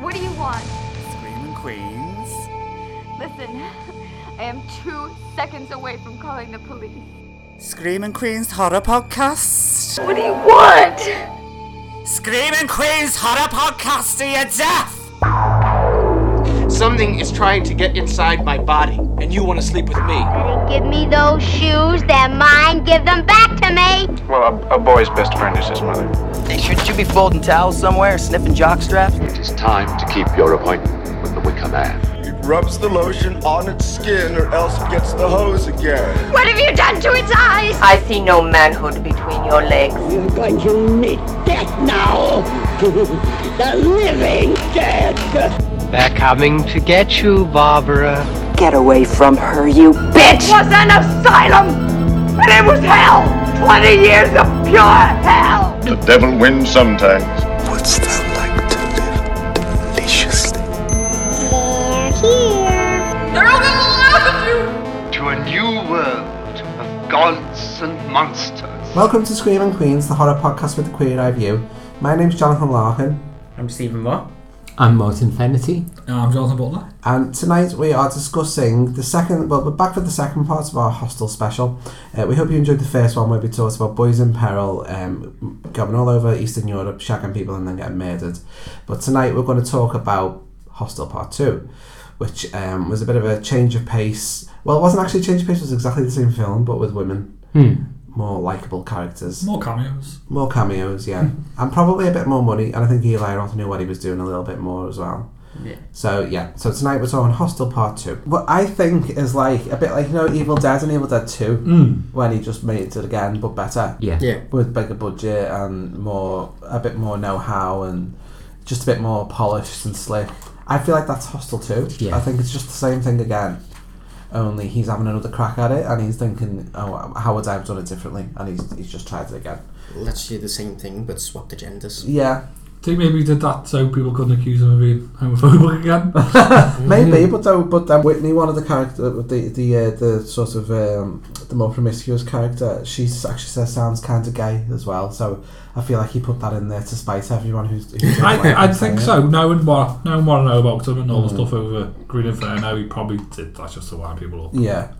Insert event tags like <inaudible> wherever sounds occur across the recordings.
What do you want? Screaming Queens. Listen, <laughs> I am two seconds away from calling the police. Screaming Queens Horror Podcast. What do you want? Screaming Queens Horror Podcast to your death! Something is trying to get inside my body, and you want to sleep with me. Give me those shoes, they're mine. Give them back to me. Well, a, a boy's best friend is his mother. Shouldn't you be folding towels somewhere, sniffing jock straps? It is time to keep your appointment with the Wicker Man. It rubs the lotion on its skin or else it gets the hose again. What have you done to its eyes? I see no manhood between your legs. You're going to meet death now. the living dead. They're coming to get you, Barbara. Get away from her, you bitch! was an asylum, and it was hell. 20 years of pure hell. The devil wins sometimes. Wouldst thou like to live deliciously? They're here. They're all gonna love you. To a new world of gods and monsters. Welcome to Screaming Queens, the horror podcast with a queer eye view. My name's Jonathan Larkin, I'm Stephen Moore. I'm Martin Fenity. I'm Jonathan Butler. and tonight we are discussing the second. Well, we're back for the second part of our hostel special. Uh, we hope you enjoyed the first one where we talked about boys in peril, um, going all over Eastern Europe, shagging people and then getting murdered. But tonight we're going to talk about Hostel Part Two, which um, was a bit of a change of pace. Well, it wasn't actually a change of pace; it was exactly the same film, but with women. More likable characters. More cameos. More cameos, yeah. Mm-hmm. and probably a bit more money. And I think Eli Roth knew what he was doing a little bit more as well. Yeah. So yeah, so tonight we're talking Hostel Part Two. What I think is like a bit like you know Evil Dead and Evil Dead Two, when he just made it again but better. Mm. Yeah. Yeah. With bigger budget and more, a bit more know-how and just a bit more polished and slick. I feel like that's Hostel Two. Yeah. I think it's just the same thing again. Only he's having another crack at it, and he's thinking, "Oh, how would I have done it differently?" And he's, he's just tried it again. Let's do the same thing, but swap the genders. Yeah, I think maybe he did that so people couldn't accuse him of being homophobic again. Maybe, Hmm. but though, but then Whitney, one of the character, the the uh, the sort of um, the more promiscuous character, she s- actually says sounds kind of gay as well. So I feel like he put that in there to spite everyone who's. who's I, I think so. Knowing what, knowing what I know about him and all Mm. the stuff over Green Inferno, he probably did that just to wind people up. Yeah,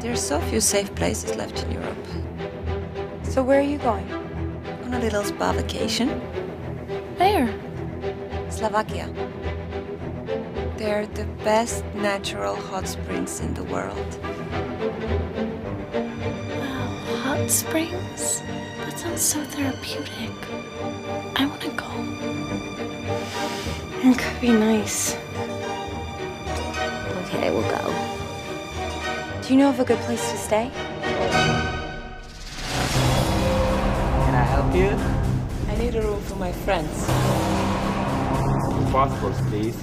There are so few safe places left in Europe. So where are you going? On a little spa vacation. Where? Slovakia. They're the best natural hot springs in the world. Hot springs? That sounds so therapeutic. I want to go. It could be nice. Okay, we'll go. Do you know of a good place to stay? Can I help you? I need a room for my friends. Passports, please.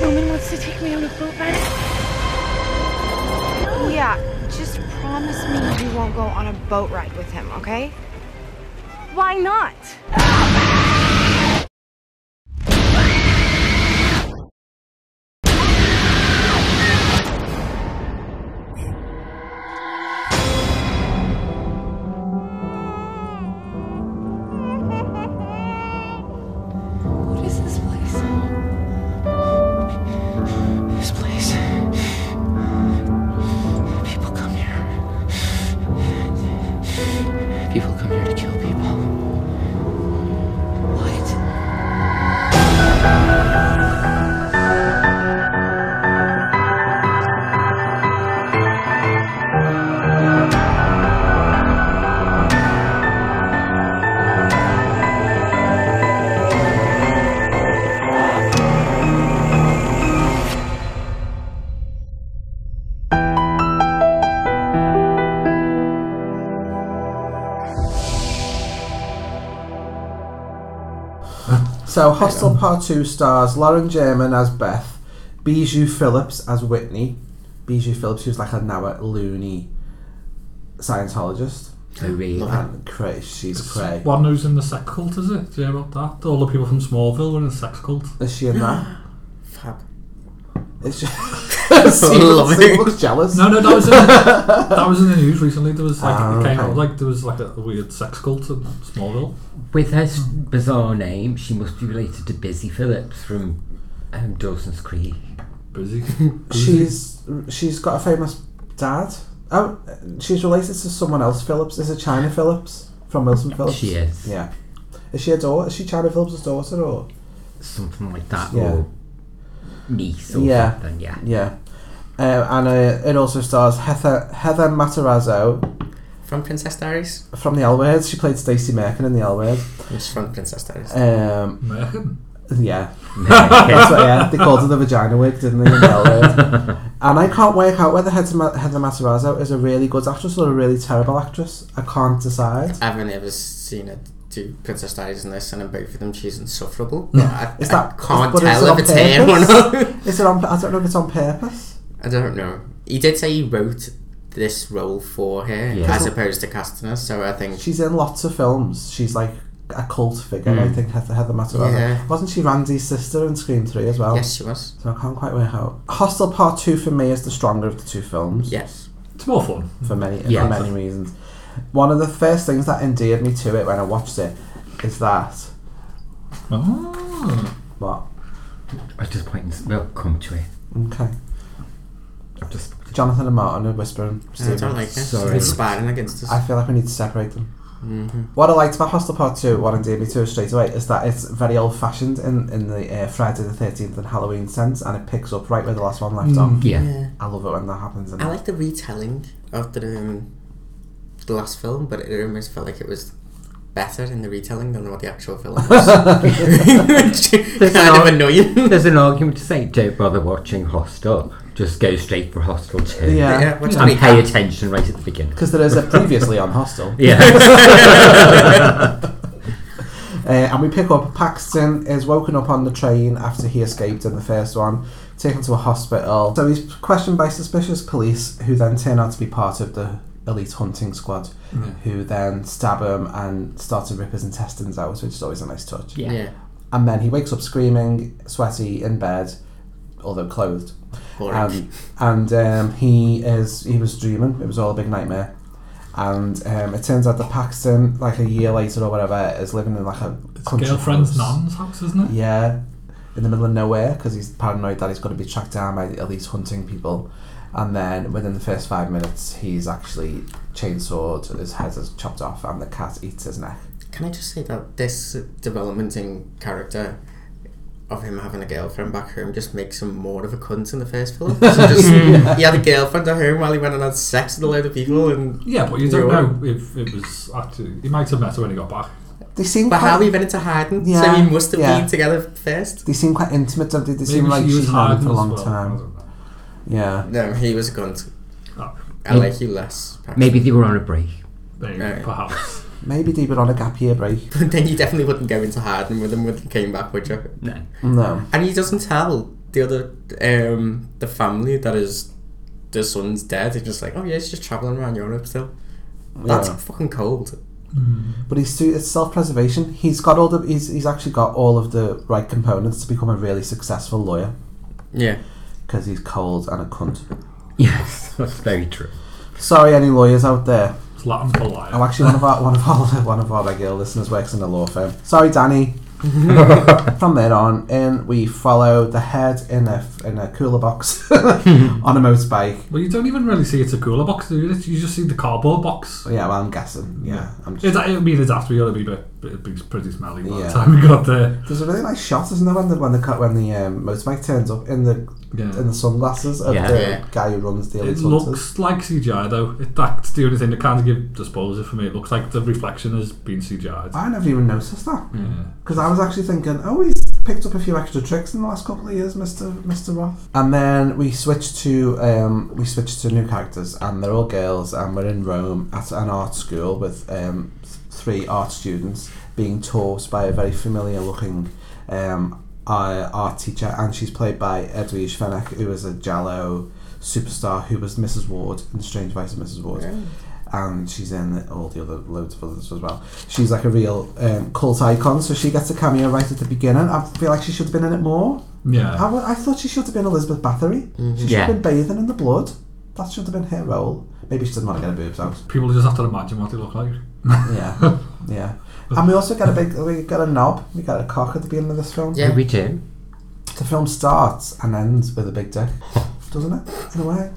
Roman wants to take me on a boat ride. Oh, Yeah, just promise me you won't go on a boat ride with him, okay? Why not? What is this place? This place. People come here. People come here to kill people. What? So, Hostel Part 2 stars Lauren German as Beth, Bijou Phillips as Whitney. Bijou Phillips, who's like a now loony Scientologist. And cra- she's cray. One who's in the sex cult, is it? Do you know about that? All <laughs> the people from Smallville were in the sex cult. Is she <laughs> in that? Fab. Is she? Steve- Loving. Steve looks jealous. No, no, that was in the, that was in the news recently. There was like Ah, it came okay. out like there was like a weird sex cult in Smallville. With her s- bizarre name, she must be related to Busy Phillips from um, Dawson's Creek. Busy? <laughs> She's she's got a famous dad. Oh, she's related to someone else. Phillips is it China Phillips from Wilson Phillips? She is. Yeah. Is she a daughter? Is she China Phillips' daughter or? Something like that, Yeah. or niece, or yeah. something, yeah. Yeah. Uh, and uh, it also stars Heather Heather Matarazzo From Princess Diaries? from the L Word. She played Stacey Merkin in the L Word. It's from Princess Diaries. Um, Merkin? Yeah. <laughs> <laughs> Merkin. That's what- yeah, they called her the vagina wig, didn't they? In the <laughs> L Word. <laughs> Uh, and I can't work out whether Heather, Ma- Heather Matarazzo is a really good actress or a really terrible actress. I can't decide. I've only ever seen it do Princess Diaries and this, and in both of them she's insufferable. But I, Is that, I can't but is it tell on if it's him or purpose? not. Is it on? I don't know if it's on purpose. I don't know. He did say he wrote this role for her Yeah. as opposed to casting her, so I think She's in lots of films. She's like a cult figure. I Mm. think Heather, Heather Matarazzo. Yeah. Wasn't she Randy's sister in Scream Three as well? Yes, she was. So I can't quite work out. Hostel Part Two for me is the stronger of the two films. Yes. It's more fun. for many Yeah. for many reasons. One of the first things that endeared me to it when I watched it is that Oh. what I was just pointing, we'll come to it. okay. I've just Jonathan and Martin are whispering. I don't like this. Sorry. It's sparring against us. I feel like we need to separate them. Mhm. What I liked about Hostel Part 2, what endeared me to it straight away, is that it's very old fashioned in, in the uh, Friday the 13th and Halloween sense, and it picks up right where the last one left Mm. off. Yeah. Yeah. I love it when that happens. And I like the retelling of the, um, the last film, but it almost felt like it was better in the retelling than what the actual film was. <laughs> Which There's <laughs> an kind of ar- annoying. There's an argument to say don't bother watching Hostel. Just go straight for Hostel 2. Yeah. Yeah, which and we pay have. attention right at the beginning. Because there <laughs> is a previously on Hostel. Yeah. Uh, and we pick up Paxton is woken up on the train after he escaped in the first one, taken to a hospital. So he's questioned by suspicious police, who then turn out to be part of the elite hunting squad, Yeah. who then stab him and start to rip his intestines out, which is always a nice <laughs> touch. Yeah. Yeah. And then he wakes up screaming, sweaty, in bed, although clothed. Boring. Um, and um, he is he was dreaming. It was all a big nightmare. And um, it turns out that Paxton, like a year later or whatever, is living in like a country Girlfriend's house. non's house, isn't it? Yeah, in the middle of nowhere because he's paranoid that he's going to be tracked down by the elite hunting people. And then within the first five minutes, he's actually chainsawed, his head is chopped off, and the cat eats his neck. Can I just say that this development in character of him having a girlfriend back home just makes him more of a cunt in the first film? So just, Yeah. He had a girlfriend at home while he went and had sex with a load of people, and Yeah, but you don't ruined- know if it was actually. He might have met her when he got back. They seem But quite- how he went into hiding, so Yeah, he must have yeah. been together first. They seem quite intimate, don't they? They seem Maybe like she was she's known him hiding for a as long well, I time. don't Yeah. No, he was a cunt. I Ah, Maybe- like you less. perhaps. Maybe they were on a break. Maybe, Right. perhaps. Maybe they were on a gap year break. But then you definitely wouldn't go into hiding with him when he came back, would you? No. No. And he doesn't tell the other, um, the family that his, the son's dead. He's just like, oh yeah, he's just travelling around Europe still. That's Yeah. fucking cold. But he's too, it's self preservation. He's got all the he's, he's actually got all of the right components to become a really successful lawyer. Yeah. Because he's cold and a cunt. Yes, that's very true. Sorry, any lawyers out there. It's Latin for liar. Oh, actually, one of our one of our <laughs> one of our regular listeners works in a law firm. <laughs> Sorry, Danny. From there on, in we follow the head in a in a cooler box <laughs> on a motorbike. Well, you don't even really see it's a cooler box, do you? You just see the cardboard box. Yeah, well, I'm guessing. Yeah, I'm It's, I mean, it's after we got to be a bit, it'd be pretty smelly by Yeah. the time we got there. There's a really nice shot, isn't there, when the when the cut when the um, motorbike turns up in the Yeah. in the sunglasses of Yeah. the Yeah. guy who runs the It elite hunters. looks like CGI though. It, that's the only thing that kind of give disposal for me. It looks like the reflection has been CGI'd. I never even noticed that Yeah. because I was actually thinking, oh, he's picked up a few extra tricks in the last couple of years, Mister Mister Roth. And then we switch to um, we switch to new characters, and they're all girls, and we're in Rome at an art school with um, th- three art students being taught by a very familiar looking um, uh, art teacher, and she's played by Edwige Fenech, who is a Jallo superstar who was Mrs Ward in Strange Vice of Mrs Ward. Yeah. and she's in all the other loads of others as well. She's like a real um, cult icon, so she gets a cameo right at the beginning. I feel like she should have been in it more. Yeah. I, wa- I thought she should have been Elizabeth Bathory. She should Yeah. have been bathing in the blood. That should have been her role. Maybe she doesn't want to get her boobs out. People just have to imagine what they look like. <laughs> yeah, yeah. And we also got a big, we got a knob, we got a cock at the beginning of this film. Yeah. We do. The film starts and ends with a big dick, doesn't it? In a way.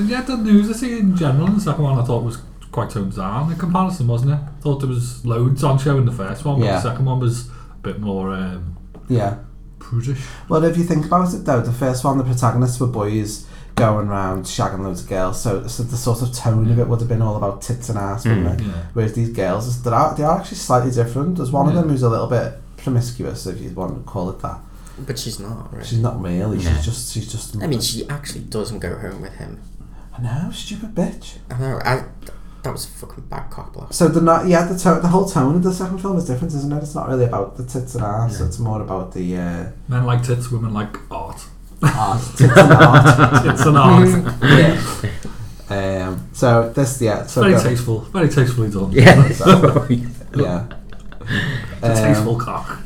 Yeah, the news I see in general, the second one I thought was quite toned down in comparison, wasn't it? thought there was loads on show in the first one, but Yeah. the second one was a bit more um, Yeah. prudish. Well, if you think about it though, the first one, the protagonists were boys going round shagging loads of girls, so, so the sort of tone of it would have been all about tits and ass, wouldn't Mm. it? Yeah. Whereas these girls, they are, they are actually slightly different. There's one of Yeah. them who's a little bit promiscuous, if you want to call it that. But she's not, right? She's not really. No. She's just. She's just. I mean, she actually doesn't go home with him. I know, stupid bitch. I know. I, that was a fucking bad cock block. So the not yeah the to- the whole tone of the second film is different, isn't it? It's not really about the tits and ass. It's more about <laughs> the uh, Men like tits, women like art. art. Tits <laughs> and art. Tits <laughs> and art. yeah. Um, so this yeah. So very go- tasteful, very tastefully done. <laughs> Yeah. Uh, yeah. Um, It's a tasteful cock.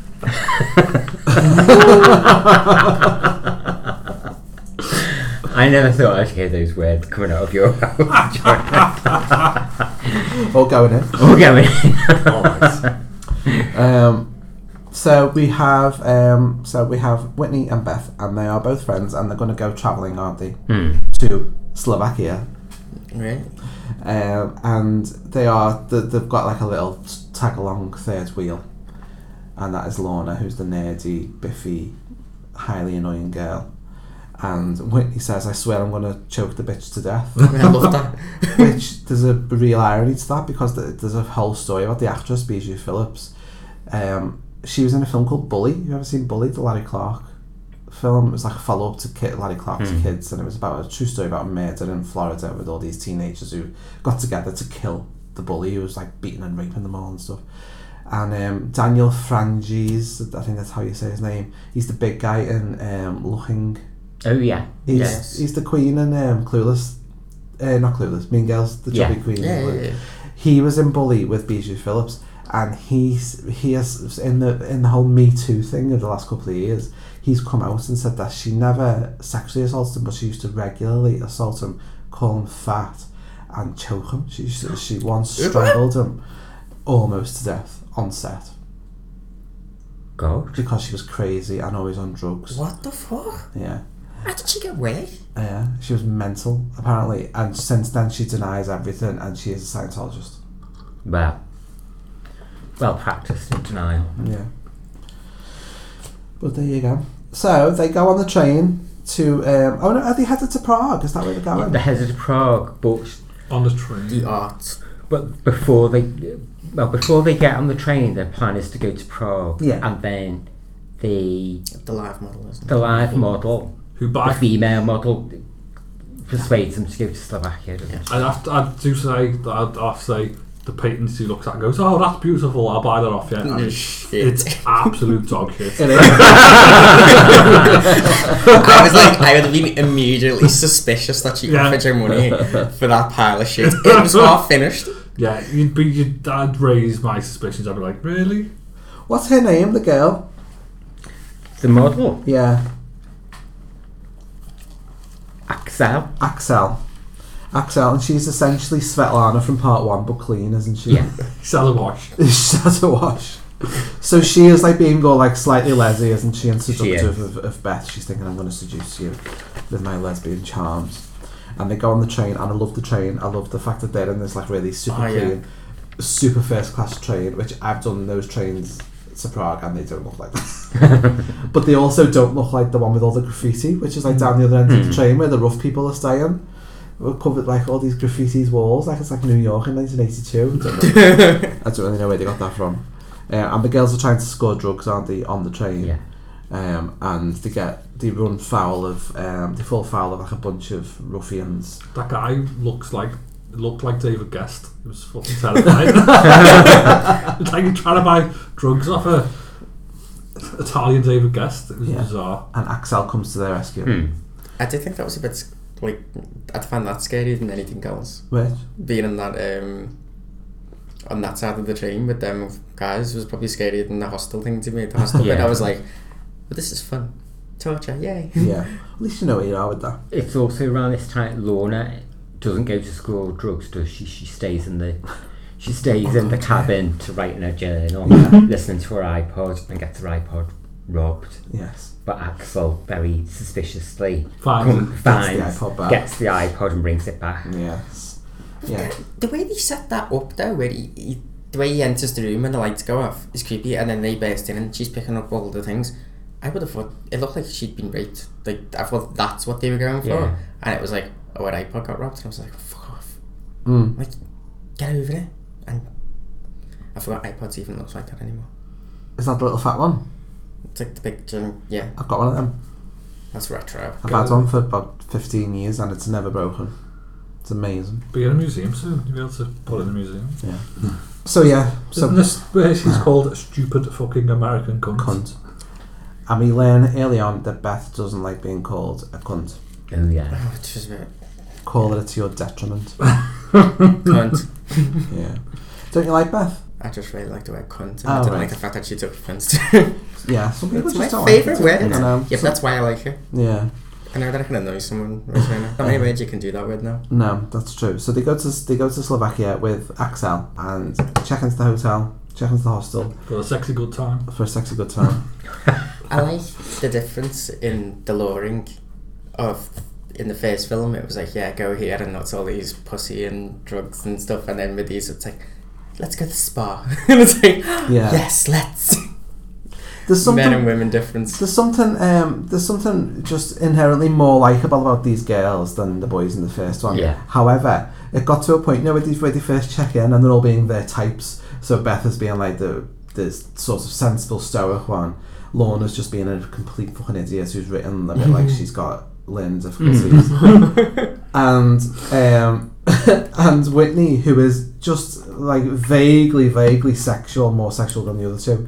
I never thought I'd hear those words coming out of your <laughs> mouth. All going in. All going in. <laughs> um, so we have um, so we have Whitney and Beth, and they are both friends, and they're going to go travelling, aren't they? Hmm. To Slovakia. Right. Um, and they are th- they've got like a little tag along third wheel, and that is Lorna, who's the nerdy, biffy, highly annoying girl. And Whitney says, "I swear I'm going to choke the bitch to death." I love that. <laughs> Which there's a real irony to that because th- there's a whole story about the actress Bijou Phillips. Um, she was in a film called Bully. You ever seen Bully? The Larry Clark film. It was like a follow up to Kid, Larry Clark's Hmm. Kids, and it was about a true story about a murder in Florida with all these teenagers who got together to kill the bully who was like beating and raping them all and stuff. And um, Daniel Franges, I think that's how you say his name. He's the big guy in um, Looking. <laughs> Oh, yeah. He's, Yes. he's the queen in um, Clueless. Uh, not Clueless, Mean Girls, the Yeah. chubby queen. in Yeah, yeah, Clueless. yeah. He was in Bully with Bijou Phillips, and he's he has in the in the whole Me Too thing of the last couple of years. He's come out and said that she never sexually assaulted him, but she used to regularly assault him, call him fat, and choke him. She used to- she once strangled him almost to death on set. God. Because she was crazy and always on drugs. What the fuck? Yeah. How did she get away? Yeah, she was mental, apparently. And since then, she denies everything and she is a Scientologist. Well, well practiced in denial. Yeah. But there you go. So they go on the train to. Um, oh, no, are they headed to Prague? Is that where they're Yeah, going? They headed to Oh, Prague, but on the train. The art. But before they, well, before they get on the train, their plan is to go to Prague. Yeah. And then the The live model, isn't the it? live model, Who by- the female model, persuades them to go to Slovakia. Doesn't she? I'd have to, I'd do say that I'd have to say the patents he looks at and goes, oh that's beautiful. I'll buy that off you. No And shit. It's absolute dog shit. It is. I was like, I would have been immediately suspicious that she Yeah. offered her money for that pile of shit. It was half finished. Yeah, you'd be your dad raised my suspicions. I'd be like, really? What's her name, the girl? The model, Yeah, Axel. Axel. Axel, and she's essentially Svetlana from part one, but clean, isn't she? Yeah. Sell a wash. <laughs> She's a wash. So she is like being all like slightly lazy, isn't she? And seductive is. of, of Beth. She's thinking, I'm going to seduce you with my lesbian charms. And they go on the train, and I love the train. I love the fact that they're in this like really super Oh, yeah. clean, super first class train, which I've done those trains to Prague, and they don't look like that. but they also don't look like the one with all the graffiti, which is like down the other end of the Mm. train where the rough people are staying. We're covered like all these graffiti's walls, like it's like New York in 1982. I don't know. I don't really know where they got that from. Uh, and the girls are trying to score drugs, aren't they, on the train? Yeah. Um, and they get they run foul of um, they fall foul of like a bunch of ruffians. That guy looks like looked like David Guest. It was fucking terrifying. <laughs> it's like you're trying to buy drugs off a Italian David Guest. It was Yeah. bizarre. Hmm. And Axel comes to their rescue. I did think that was a bit Like, I'd find that scarier than anything else. Which? Being on that, um, on that side of the train with them guys was probably scarier than the hostel thing to me. The hostel bit, Yeah. I was like, but this is fun. Torture, yay. Yeah. At least you know where you are with that. It's also around this time Lorna doesn't go to school or drugs, does she? She stays in the she stays in the cabin to write in her journal, listening to her iPod and gets her iPod robbed. Yes. But Axel very suspiciously Finds- come- gets the finds- iPod back. gets the iPod and brings it back. Yes. Yeah. The way they set that up though, where he, he, the way he enters the room and the lights go off is creepy, and then they burst in and she's picking up all the things. I would have thought it looked like she'd been raped. Like I thought that's what they were going for, Yeah. and it was like, oh, her iPod got robbed, and I was like, fuck off, Mm. like get over it. And I forgot iPods even looks like that anymore. Is that the little fat one? It's like the big, giant- yeah, I've got one of them. that's retro. I've had one for about 15 years and it's never broken. It's amazing. But you're in a museum soon. You'll be able to put it in a museum. Yeah. So, yeah. So, Isn't this where she's Ah. called a stupid fucking American cunt? Cunt. and we learn early on that Beth doesn't like being called a cunt. Oh, yeah. Oh, it's just very- Call it to <laughs> your detriment. <laughs> Cunt. yeah. Don't you like Beth? I just really like the word cunt. And Oh, I don't right. like the fact that she took offense to Yeah, some people That's just my don't like favorite it. I word. don't know. Yep, Some- that's why I like her. Yeah. I know that I can annoy someone. Right now. How many words you can do that with now? No, that's true. So they go to they go to Slovakia with Axel and check into the hotel, check into the hostel For a sexy good time. for a sexy good time. I like the difference in the luring of in the first film. It was like, yeah, go here and that's all these pussy and drugs and stuff. And then with these, it's like, let's go to the spa. <laughs> and it's like, Yeah. yes, let's. <laughs> There's something Men and women difference. There's something um, there's something just inherently more likable about these girls than the boys in the first one. Yeah. However, it got to a point you know where they, where they first check in and they're all being their types. So Beth is being like the the sort of sensible stoic one. Lorna's just being a complete fucking idiot who's written a bit like she's got Lynn's difficulties. and um, <laughs> and Whitney, who is just like vaguely, vaguely sexual, more sexual than the other two.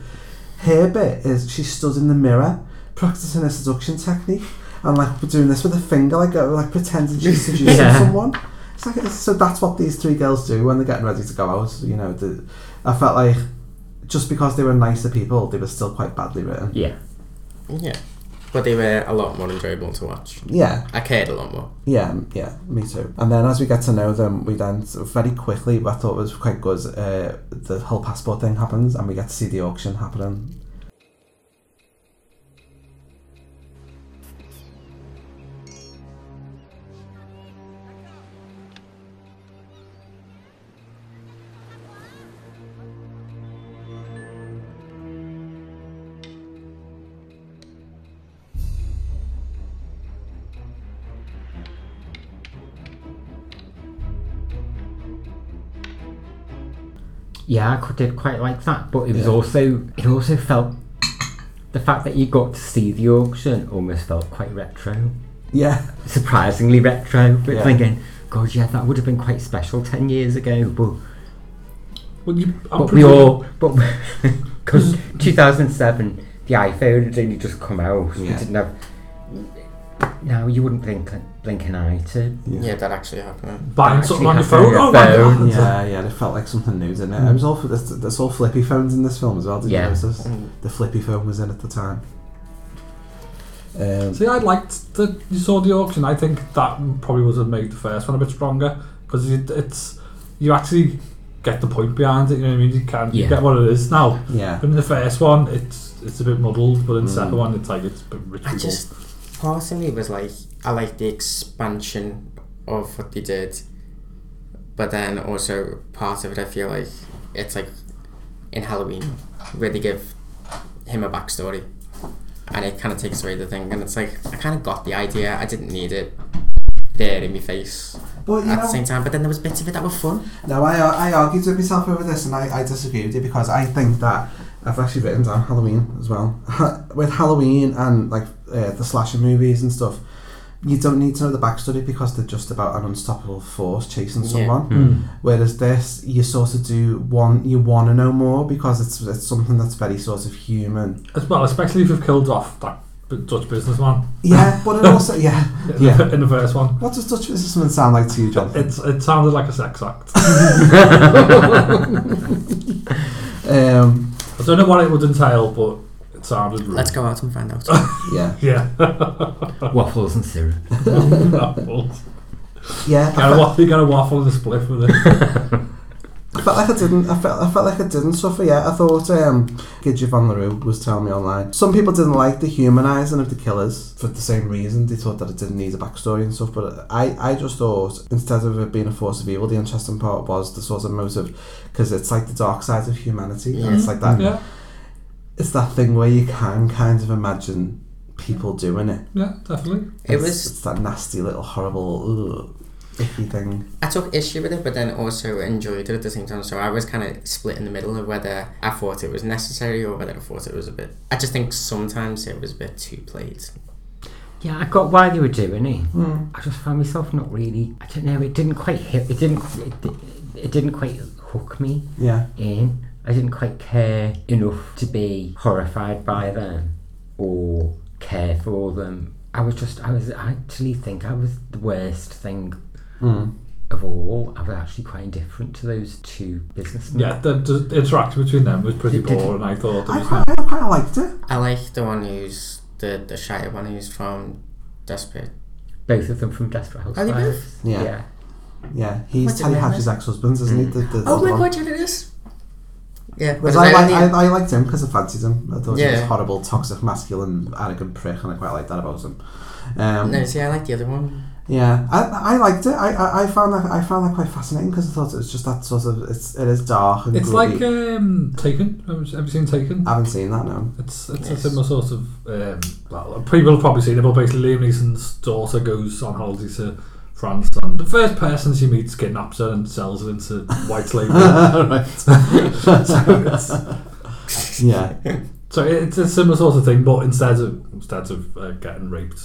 Her bit is she stood in the mirror practicing her seduction technique and like doing this with a finger, like uh, like pretending she's seducing Yeah. someone. It's like so that's what these three girls do when they're getting ready to go out. You know, the, I felt like just because they were nicer people, they were still quite badly written. Yeah. Yeah. But they were a lot more enjoyable to watch. Yeah. I cared a lot more. Yeah, m- yeah, me too. And then as we get to know them, we then s- very quickly, what I thought was quite good, uh, the whole passport thing happens and we get to see the auction happening. <laughs> Yeah, I qu- did quite like that, but it was Yeah. also it also felt the fact that you got to see the auction almost felt quite retro, Yeah, surprisingly retro. But Yeah. thinking, God, yeah, that would have been quite special ten years ago. But Well, you, I'm but we presuming- all but <laughs> because 2007, the iPhone had only just come out. We Yeah. didn't have. Now you wouldn't blink blink an eye to Yeah. Yeah, that actually happened. Buying Actually something on your having phone. a Oh my phone. god. yeah, yeah, it felt like something new, didn't it? It was all, for this, there's all flippy phones in this film as well, did Yeah. you notice? Mm. The flippy phone was in at the time. Um, See, I liked that you saw the auction. I think that probably would have made the first one a bit stronger because it, it's you actually get the point behind it. You know what I mean? You can you Yeah. get what it is now. Yeah. But in the first one, it's it's a bit muddled, but in the second Mm. one, it's like it's a bit I ritual. just part of me was like I like the expansion of what they did, but then also part of it I feel like it's like in Halloween where they give him a backstory, and it kind of takes away the thing, and it's like I kind of got the idea, I didn't need it there in my face But, you at know- the same time, but then there was bits of it that were fun. No, I, I argued with myself over this and I, I disagree with you because I think that I've actually written down Halloween as well. <laughs> with Halloween and like uh, the slasher movies and stuff, you don't need to know the backstory because they're just about an unstoppable force chasing Yeah. someone. Mm. Whereas this, you sort of do want you want to know more because it's it's something that's very sort of human. as well, especially if you've killed off that the Dutch businessman. Yeah, but it also yeah In the- yeah. in the first one. What does Dutch businessman sound like to you, John? It's it sounded like a sex act. um, I don't know what it would entail, but it sounded. Rude. Let's go out and find <laughs> out. Yeah. <laughs> yeah. Waffles and syrup. waffles. Yeah, I Got a fe- waffle, you got a waffle and a spliff with <laughs> it. I felt like I didn't. I felt, I felt like I didn't suffer yet. I thought um, Gidget Van LaRue was telling me online. Some people didn't like the humanising of the killers for the same reason. They thought that it didn't need a backstory and stuff. But I, I just thought instead of it being a force of evil, the interesting part was the sort of motive because it's like the dark side of humanity. And it's Yeah. like that. Yeah. It's that thing where you can kind of imagine people doing it. Yeah, definitely. It It's- was- it's that nasty little horrible ugh, icky thing. I took issue with it, but then also enjoyed it at the same time. So I was kind of split in the middle of whether I thought it was necessary or whether I thought it was a bit. I just think sometimes it was a bit too played. Yeah, I got why they were doing it. Mm. I just found myself not really. I don't know. It didn't quite hit. It didn't. It, di- it didn't quite hook me. Yeah. In. I didn't quite care enough to be horrified by them or care for them. I was just. I was. I actually think I was the worst thing. Hmm. Mm. Of all, I was actually quite indifferent to those two businessmen. Yeah, the, the interaction between them was pretty Did- did- boring. I thought. I It was, quite, I quite liked it. I like the one who's the the shyer one who's from Desperate. Both of them from Desperate Are Housewives. they both? Yeah. yeah. Yeah, What's he's his Teddy name, Hatch's then? ex-husband, isn't he? The, the, the Oh my one- god, yeah, it is. Yeah, Because because Uh-huh. I, like, only- I, I liked him because I fancied him. I thought he was Yeah. a horrible, toxic, masculine, arrogant prick, and I quite liked that about him. Um, no, see, I like the other one. yeah, I, I liked it. I, I, I found that I found that quite fascinating because I thought it was just that sort of it's it is dark and it's gritty. like uh, um, Taken. Have you have you seen Taken? I haven't seen that no. <laughs> It's it's a similar sort of um, well, people have probably seen it, but basically Liam Neeson's daughter goes on holiday to France, and the first person she meets kidnaps her and sells her into <laughs> white slavery. Right. so it's, Yeah. So it's a similar sort of thing, but instead of instead of uh, getting raped,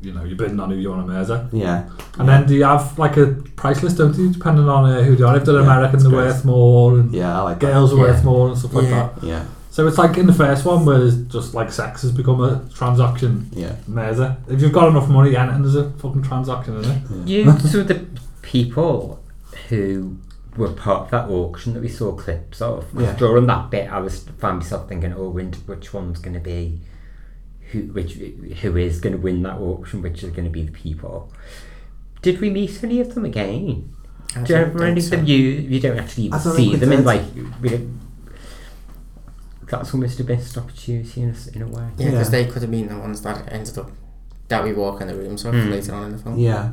you know, you're bidding on who you want to murder. Yeah. And then do you have like a price list, don't you? Depending on uh, who they are. If they're Yeah, American, that's they're great. worth more. And Yeah, I like that. girls are worth Yeah. more and stuff like Yeah. that. Yeah. So it's like in the first one where it's just like sex has become a transaction. Yeah. Murder. If you've got enough money, and there's a fucking transaction in it. You so the people who were part of that auction that we saw clips of. 'cause Yeah. During that bit, I was found myself thinking, oh, when, which one's going to be who? Which who is going to win that auction? Which is going to be the people? Did we meet any of them again? I Do you don't remember any think of them? You you don't actually I don't see think we them in did. like. We don't, that's almost a missed opportunity in a, s- in a way. Yeah, because they could have been the ones that ended up that we walk in the rooms with Mm. later on in the film. Hmm. Yeah.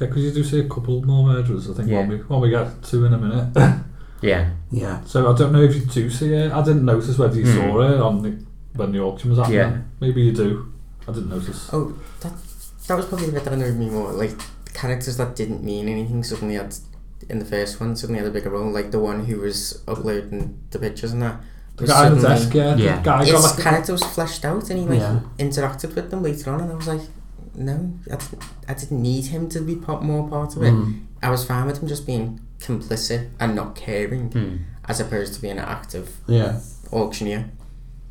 Yeah, because you do see a couple more murderers, I think, Yeah. when, we, when we get to in a minute. yeah. Yeah. So I don't know if you do see it. I didn't notice whether you Hmm. saw it on the, when the auction was happening. Yeah. Maybe you do. I didn't notice. Oh, that that was probably the bit that annoyed me more. Like characters that didn't mean anything suddenly had in the first one suddenly had a bigger role. Like the one who was uploading the pictures and that. The was guy on the suddenly- desk, yeah, the Yeah. guy got His like a- character was fleshed out, and he like Yeah. interacted with them later on, and I was like, no, I didn't, I didn't need him to be part, more part of it. Mm. I was fine with him just being complicit and not caring, Hmm. Mm. as opposed to being an active Yeah. auctioneer.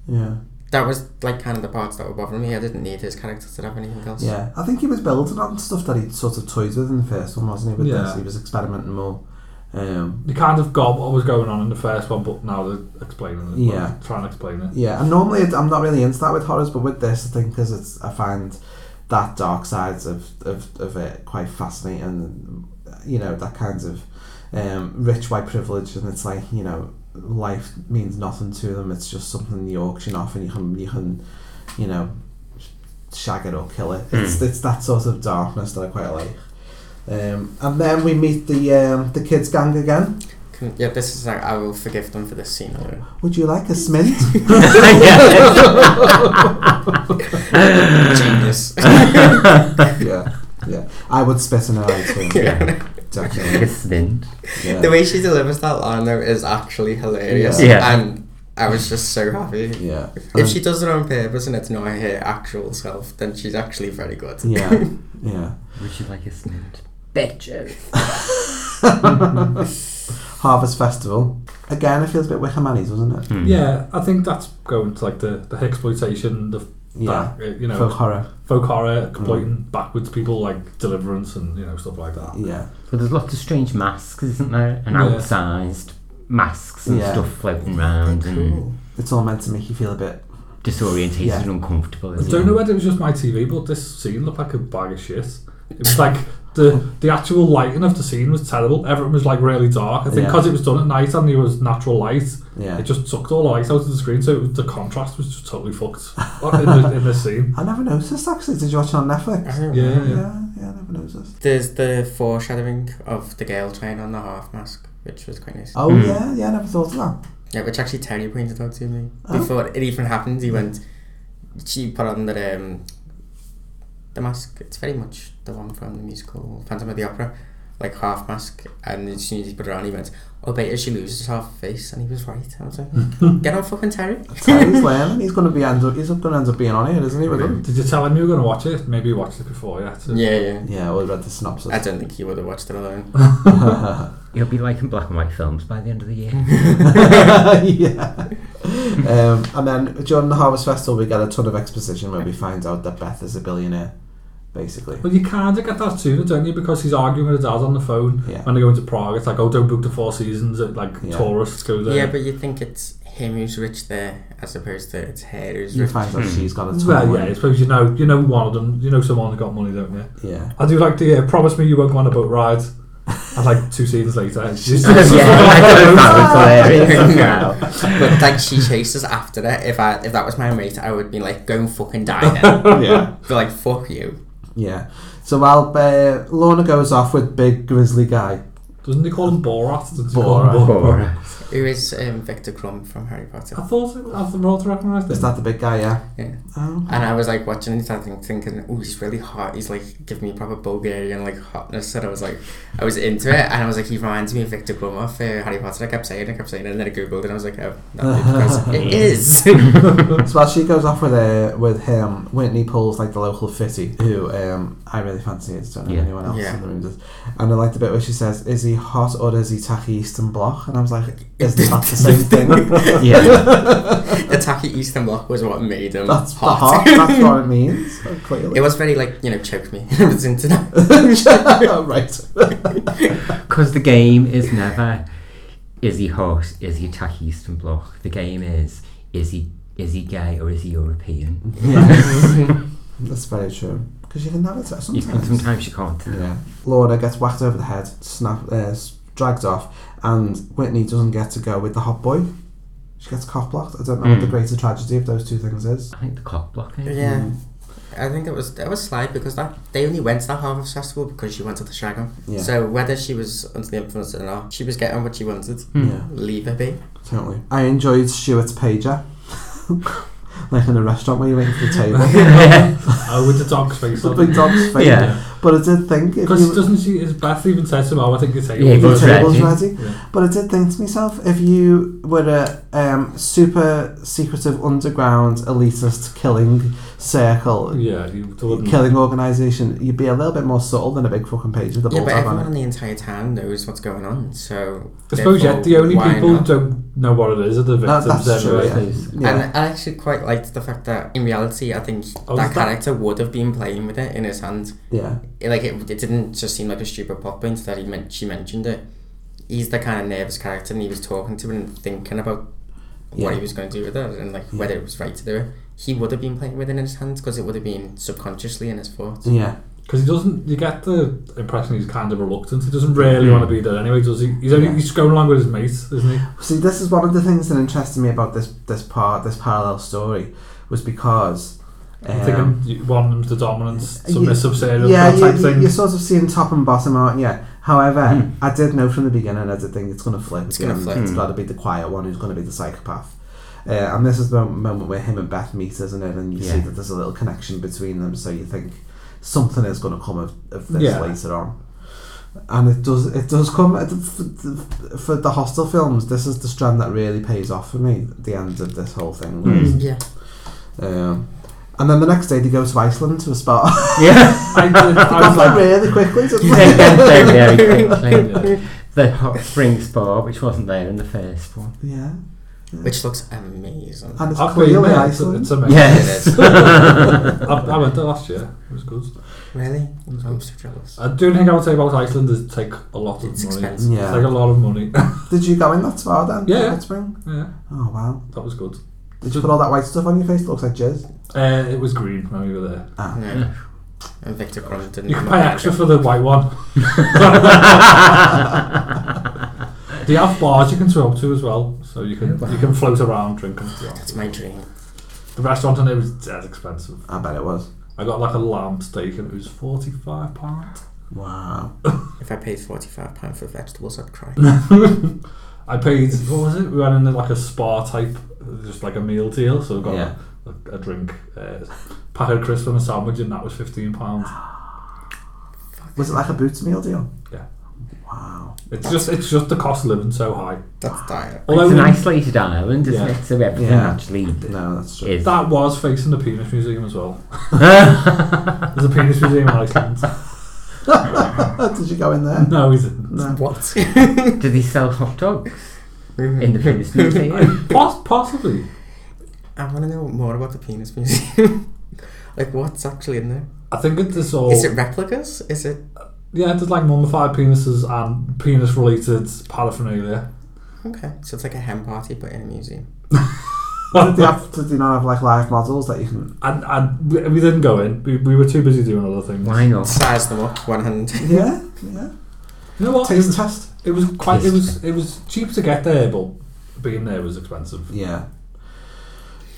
Yeah. That was like kind of the parts that were bothering me. I didn't need his character to have anything else. Yeah, I think he was building on stuff that he'd sort of toyed with in the first one, wasn't he? With Yeah. this, he was experimenting more. Um, You kind of got what was going on in the first one, but now they're explaining it. Yeah. Trying to explain it. Yeah, and normally it- I'm not really into that with horrors, but with this, I think because it's I find that dark sides of, of, of it quite fascinating. You know that kind of um, rich white privilege, and it's like you know life means nothing to them. It's just something you auction off, and you can you can you know sh- shag it or kill it. It's Hmm. it's that sort of darkness that I quite like. Um, and then we meet the um, the kids gang again. Can- Yeah, this is like I will forgive them for this scene alone. <laughs> Would you like a smint? Genius. yeah, yeah. I would spit in her eye too. Yeah. definitely. A smint. Yeah. The way she delivers that line though is actually hilarious. Yeah. Yeah. And I was just so happy. Yeah. Um, If she does it on purpose and it's not her actual self, then she's actually very good. Yeah, yeah. Would you like a smint? Bitches. <laughs> Harvest Festival. Hmm. Again, it feels a bit Wicker Manny's, wasn't it? Yeah, I think that's going to like the the exploitation, the Yeah. that, uh, you know, Folk horror. folk horror, exploiting backwards people like Deliverance and you know stuff like that. But there's lots of strange masks, isn't there? And Yeah. outsized masks and Yeah. stuff floating around Cool. and It's all meant to make you feel a bit disorientated Yeah. and uncomfortable. I isn't don't it? know whether it was just my TV, but this scene looked like a bag of shit. It was like the the actual lighting of the scene was terrible. Everything was like really dark. I think Yeah. because it was done at night and there was natural light, Yeah. it just sucked all the light out of the screen. So it was, the contrast was just totally fucked <laughs> in, the, in this scene. I never noticed actually. Did you watch it on Netflix? Yeah, yeah. yeah, yeah, I never noticed. <laughs> There's the foreshadowing of the girl trying on the half mask, which was quite nice. Oh yeah, yeah, I never thought of that. Yeah, which actually Terry pointed out to me Oh. before it even happened. He went, she put on the um, the mask. It's very much the one from the musical Phantom of the Opera, like half mask. And as soon as he put it on, he went, "Oh, beta, she loses half her face," and he was right. I was <laughs> like, "Get on, fucking Terry." Terry's learning. He's gonna be end up, he's gonna end up being on here, isn't he? With him? Did you tell him you were going to watch it? Maybe you watched it before, yeah. to- Yeah, yeah. Yeah, I always read the synopsis. I <laughs> don't think he would have watched it alone. You'll be liking black and white films by the end of the year. yeah. Um, and then during the Harvest Festival, we get a ton of exposition where we find out that Beth is a billionaire, basically. But you kind of get that too, don't you? Because he's arguing with his dad on the phone Yeah. when they go into Prague. It's like, oh, don't book the Four Seasons. It, like Yeah. tourists go there. Yeah, but you think it's him who's rich there, as opposed to it's her who's You rich. find out she's got a ton Hmm. Well, of yeah, money. I suppose you know, you know one of them. You know someone who got money, don't you? Yeah. I do like the uh, promise me you won't go on a boat ride. And like two scenes later, it's <laughs> just Yeah, that was hilarious. Wow. <laughs> but like she chases after that. If I if that was my mate, I would be like, go and fucking die. Then. Yeah. Be like, fuck you. Yeah. So while uh, Lorna goes off with big grizzly guy, doesn't he call him Borat? Doesn't he call him Borat. Borat? Who is um, Victor Crumb from Harry Potter? I thought it- I thought I recognised him. Is <laughs> that the big guy? Yeah. Yeah. Oh. And I was like watching it, I think thinking, oh, he's really hot. He's like giving me proper Bulgarian like hotness, and I was like, I was into it, and I was like, he reminds me of Victor Crumb off uh, Harry Potter. I kept saying, it, I kept saying, it, and then I googled, it, and I was like, oh, that'd be because it is. <laughs> <laughs> so while she goes off with uh, with him, Whitney pulls like the local fitty, who um, I really fancy. I don't know Yeah. anyone else Yeah. in the room does. And I like the bit where she says, "Is he hot or is he tacky Eastern Bloc?" And I was like, "Isn't that <laughs> the same thing?" <laughs> the tacky Eastern Bloc was what made him That's the hot. hot. That's what it means. Oh, Clearly. <laughs> It <laughs> was very like you know choked me. <laughs> I was into that. right. Because the game is never is he hot, is he attack Eastern Bloc. The game is is he is he gay or is he European? Yeah. <laughs> That's very true. Because you can have it sometimes. You can- sometimes you can't. Yeah. Lorna gets whacked over the head, snap, uh, s- dragged off, and Whitney doesn't get to go with the hot boy. She gets cock blocked. I don't know what the Mm. greater tragedy of those two things is. I think the cock blocking. yeah. Mm-hmm. I think it was that was sly because that they only went to that harvest festival because she wanted to shag him. Yeah. So whether she was under the influence or not, she was getting what she wanted. Yeah. Leave her be. Totally. I enjoyed Stuart's pager. <laughs> like in a restaurant where you're waiting for <laughs> the table. oh, with the dog's face. the on big it. dog's face. Yeah. But I did think if Because you doesn't she? Is Beth even says to him, "Oh, I think it's a Yeah, the Well, table's ready. ready. But I did think to myself, if you were a um, super secretive underground elitist killing circle, Yeah, you wouldn't. killing organisation, you'd be a little bit more subtle than a big fucking page with the Yeah, but bullseye everyone on in it. the entire town knows what's going on. So I suppose therefore, yet the only why people who not? don't know what it is are the No, victims. that's true. anyway. Yeah. Yeah. And I actually quite liked the fact that in reality, I think Oh, that is that- character would have been playing with it in his hand. Yeah. It- like it, it didn't just seem like a stupid plot point that he meant she mentioned it. He's the kind of nervous character, and he was talking to her and thinking about what Yeah. he was going to do with it and like Yeah. whether it was right to do it. He would have been playing with it in his hands because it would have been subconsciously in his thoughts. Yeah. Because he doesn't, you get the impression he's kind of reluctant. He doesn't really Hmm. want to be there anyway, does he? He's only Yeah. he's just going along with his mate, isn't he? See, this is one of the things that interested me about this this part, this parallel story, was because. I think um, um, you- one of them's the dominant, You- submissive, serial yeah, yeah, type you, thing. Hmm. you, are sort of seeing top and bottom, aren't you? However, I did know from the beginning, I did think it's going to flip. It's gonna flip. It's got to be the quiet one who's going to be the psychopath. Uh, and this is the mom- moment where him and Beth meet, isn't it? And you see Yeah. that there's a little connection between them, so you think something is going to come of, of this Yeah. later on. And it does, it does come at the- f- for the hostel films. This is the strand that really pays off for me. at The end of this whole thing. Hmm. Yeah. Um, and then the next day they go to Iceland to a spa. Yeah. <laughs> <laughs> I did, I was Got <laughs> like, there really quickly. didn't You we? said that <laughs> very, very quickly. The hot spring spa, which wasn't there in the first one. <laughs> Yeah. which looks amazing. And it's I've clearly been there, Iceland. It's, it's amazing. Yes. It is. <laughs> I, I went there last year. It was good. Really? I'm so jealous. I do think I would say about Iceland is it take a lot of It's money. expensive. Yeah. It's like a lot of money. <laughs> Did you go in that spa then? Yeah. Hot spring? Yeah. Oh, wow. that was good. Did you put all that white stuff on your face? It looks like jizz. Uh, it was green when we were there. Ah. Yeah. And Victor Crumb didn't You can know pay that. extra for the white <laughs> one. they have bars you can swim up to as well, so you can you can float around drinking. That's my dream. The restaurant I know was dead expensive. I bet it was. I got like a lamb steak and it was forty five <laughs> pounds. Wow. If I paid forty-five pound for vegetables, I'd cry. <laughs> I paid what was it? We went in like a spa type, just like a meal deal. So we got Yeah. a, a drink, uh, pack of crisps and a sandwich, and that was fifteen pounds. Was it like a boots meal deal? Yeah. Wow. It's just it's just the cost of living so high. That's dire. Although <laughs> it's an we- isolated island, isn't Yeah. it? So everything Yeah. actually No, that's true. is. That was facing the penis museum as well. There's a penis museum in <laughs> Iceland. <laughs> Did you go in there? No, we didn't. No. <laughs> What? <laughs> Do they sell hot dogs in the <laughs> penis museum? <coughs> Poss- possibly. I want to know more about the penis museum. <laughs> like, what's actually in there? I think it's all. Is it replicas? Is it? Yeah, there's like mummified penises and penis related paraphernalia. <laughs> Okay, so it's like a hen party, but in a museum. Did they, have, did they not have like live models that you can? And, and we, we didn't go in. We, we were too busy doing other things. Why not? Size them up, one hand. Yeah, <laughs> yeah. You know what? it Taste was, test. It was quite. It was. It was cheap to get there, but being there was expensive. Yeah.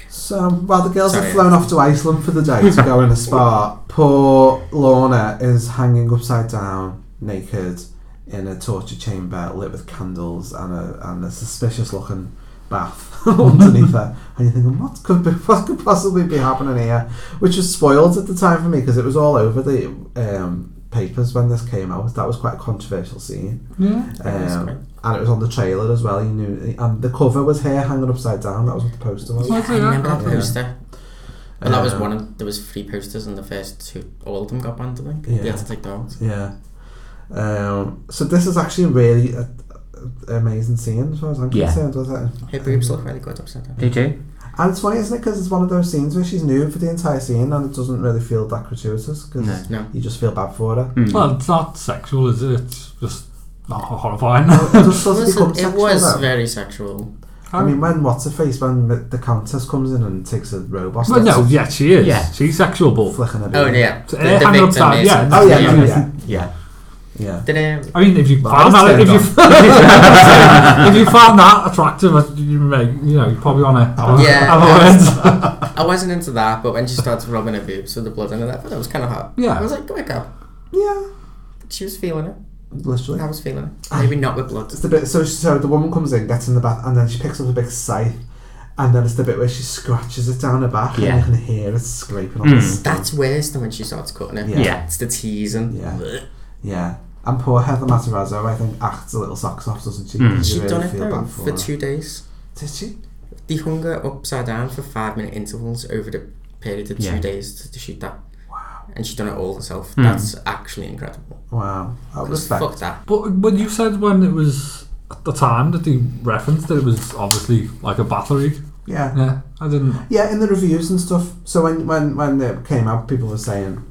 So while the girls have Sorry. flown off to Iceland for the day to go in <laughs> a spa, poor Lorna is hanging upside down, naked, in a torture chamber lit with candles and a and a suspicious looking bath <laughs> underneath her. And you're thinking, what could be, <laughs> what could possibly be happening here? Which was spoiled at the time for me because it was all over the um, papers when this came out. That was quite a controversial scene. Yeah. was Um, great. and it was on the trailer as well. You knew, and the cover was here hanging upside down. That was what the poster was. Yeah, I remember that Yeah. poster. Um, And that was Uh, one of there was three posters, and the first two, all of them got banned. I think. Yeah. They had to take them out. Yeah. Um, so this is actually really a, a, amazing scene as far as I'm Yeah. concerned. Was it? Her boobs look really good upside down. They do. And it's funny, isn't it? Because it's one of those scenes where she's nude for the entire scene, and it doesn't really feel that gratuitous because No. No. you just feel bad for her. Well, it's not sexual, is it? It's just not horrifying. <laughs> It just doesn't Listen, become it sexual. was though. very sexual. I mean, when what's her face when the countess comes in and takes a robot, Well, that's Oh, no, yeah, she is. Yeah. She's sexual, but flicking her. Oh baby. yeah, So, uh, hang upside- yeah. Oh yeah, Yeah. no, yeah, Yeah. <laughs> yeah. Did um, I mean, if you Well, found I that, was if you, <laughs> turned if you found that attractive, uh, you may, you know, you probably on a have a- Yeah. have a word. I wasn't into that, but when she starts rubbing her boobs with the blood under that, that was kind of hot. Yeah. I was like, wake up. Yeah, She was feeling it. literally. I was feeling it. Maybe not with blood. It's the bit. So, so the woman comes in, gets in the bath, and then she picks up a big scythe, and then it's the bit where she scratches it down her back, Yeah. and you can hear it scraping on the skin. That's worse than when she starts cutting it. Yeah. Yeah. It's the teasing. Yeah. Yeah, and poor Heather Matarazzo, I think, acts a little socks off, doesn't she? You She really done it feel though bad for her. two days. Did she? They hung her upside down for five minute intervals over the period of Yeah. two days to, to shoot that. Wow. And she done it all herself. That's actually incredible. Wow, Hmm. that was Fuck fucked. <laughs> that. But when you said when it was at the time that they referenced that it was obviously like a battery. Yeah. Yeah, I didn't. Yeah, in the reviews and stuff. So when when when it came out, people were saying,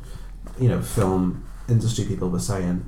you know, film industry people were saying,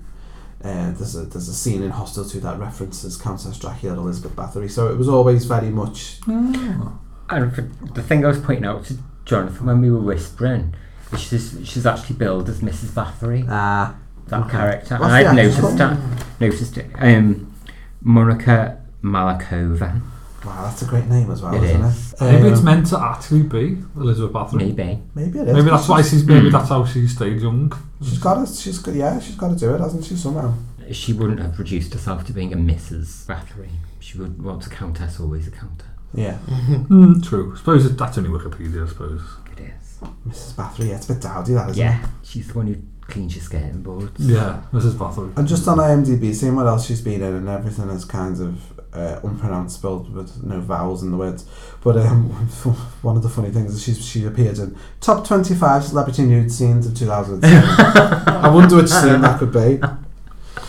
uh, there's a there's a scene in Hostel 2 that references Countess Dracula and Elizabeth Bathory. So it was always very much And for the thing I was pointing out to Jonathan when we were whispering, is she's she's actually billed as Mrs. Bathory, ah. that okay. character. And What's I've the actual- noticed that. Noticed it. Um, Monica Malakova, Wow, that's a great name as well, It is isn't is. it? Maybe it's Um, meant to actually be Elizabeth Bathory. maybe. Maybe it is. Maybe that's why she's. Maybe that's how she stayed young. she's got to. She's got. Yeah, she's got to do it, hasn't she? Somehow. She wouldn't have reduced herself to being a Mrs. Bathory. She would want a countess, always a countess. Yeah, Mm, true. I suppose it, that's only Wikipedia. I suppose. It is. Mrs. Bathory. Yeah, it's a bit dowdy, that isn't it? Yeah, she's the one who cleans your skirting boards. Yeah, Mrs. Bathory. And just on IMDb, seeing what else she's been in, and everything is kind of uh, unpronounceable with no vowels in the words. But um, <laughs> one of the funny things is she's, she appeared in top twenty-five celebrity nude scenes of two <laughs> thousand. I wonder which scene that could be. <laughs>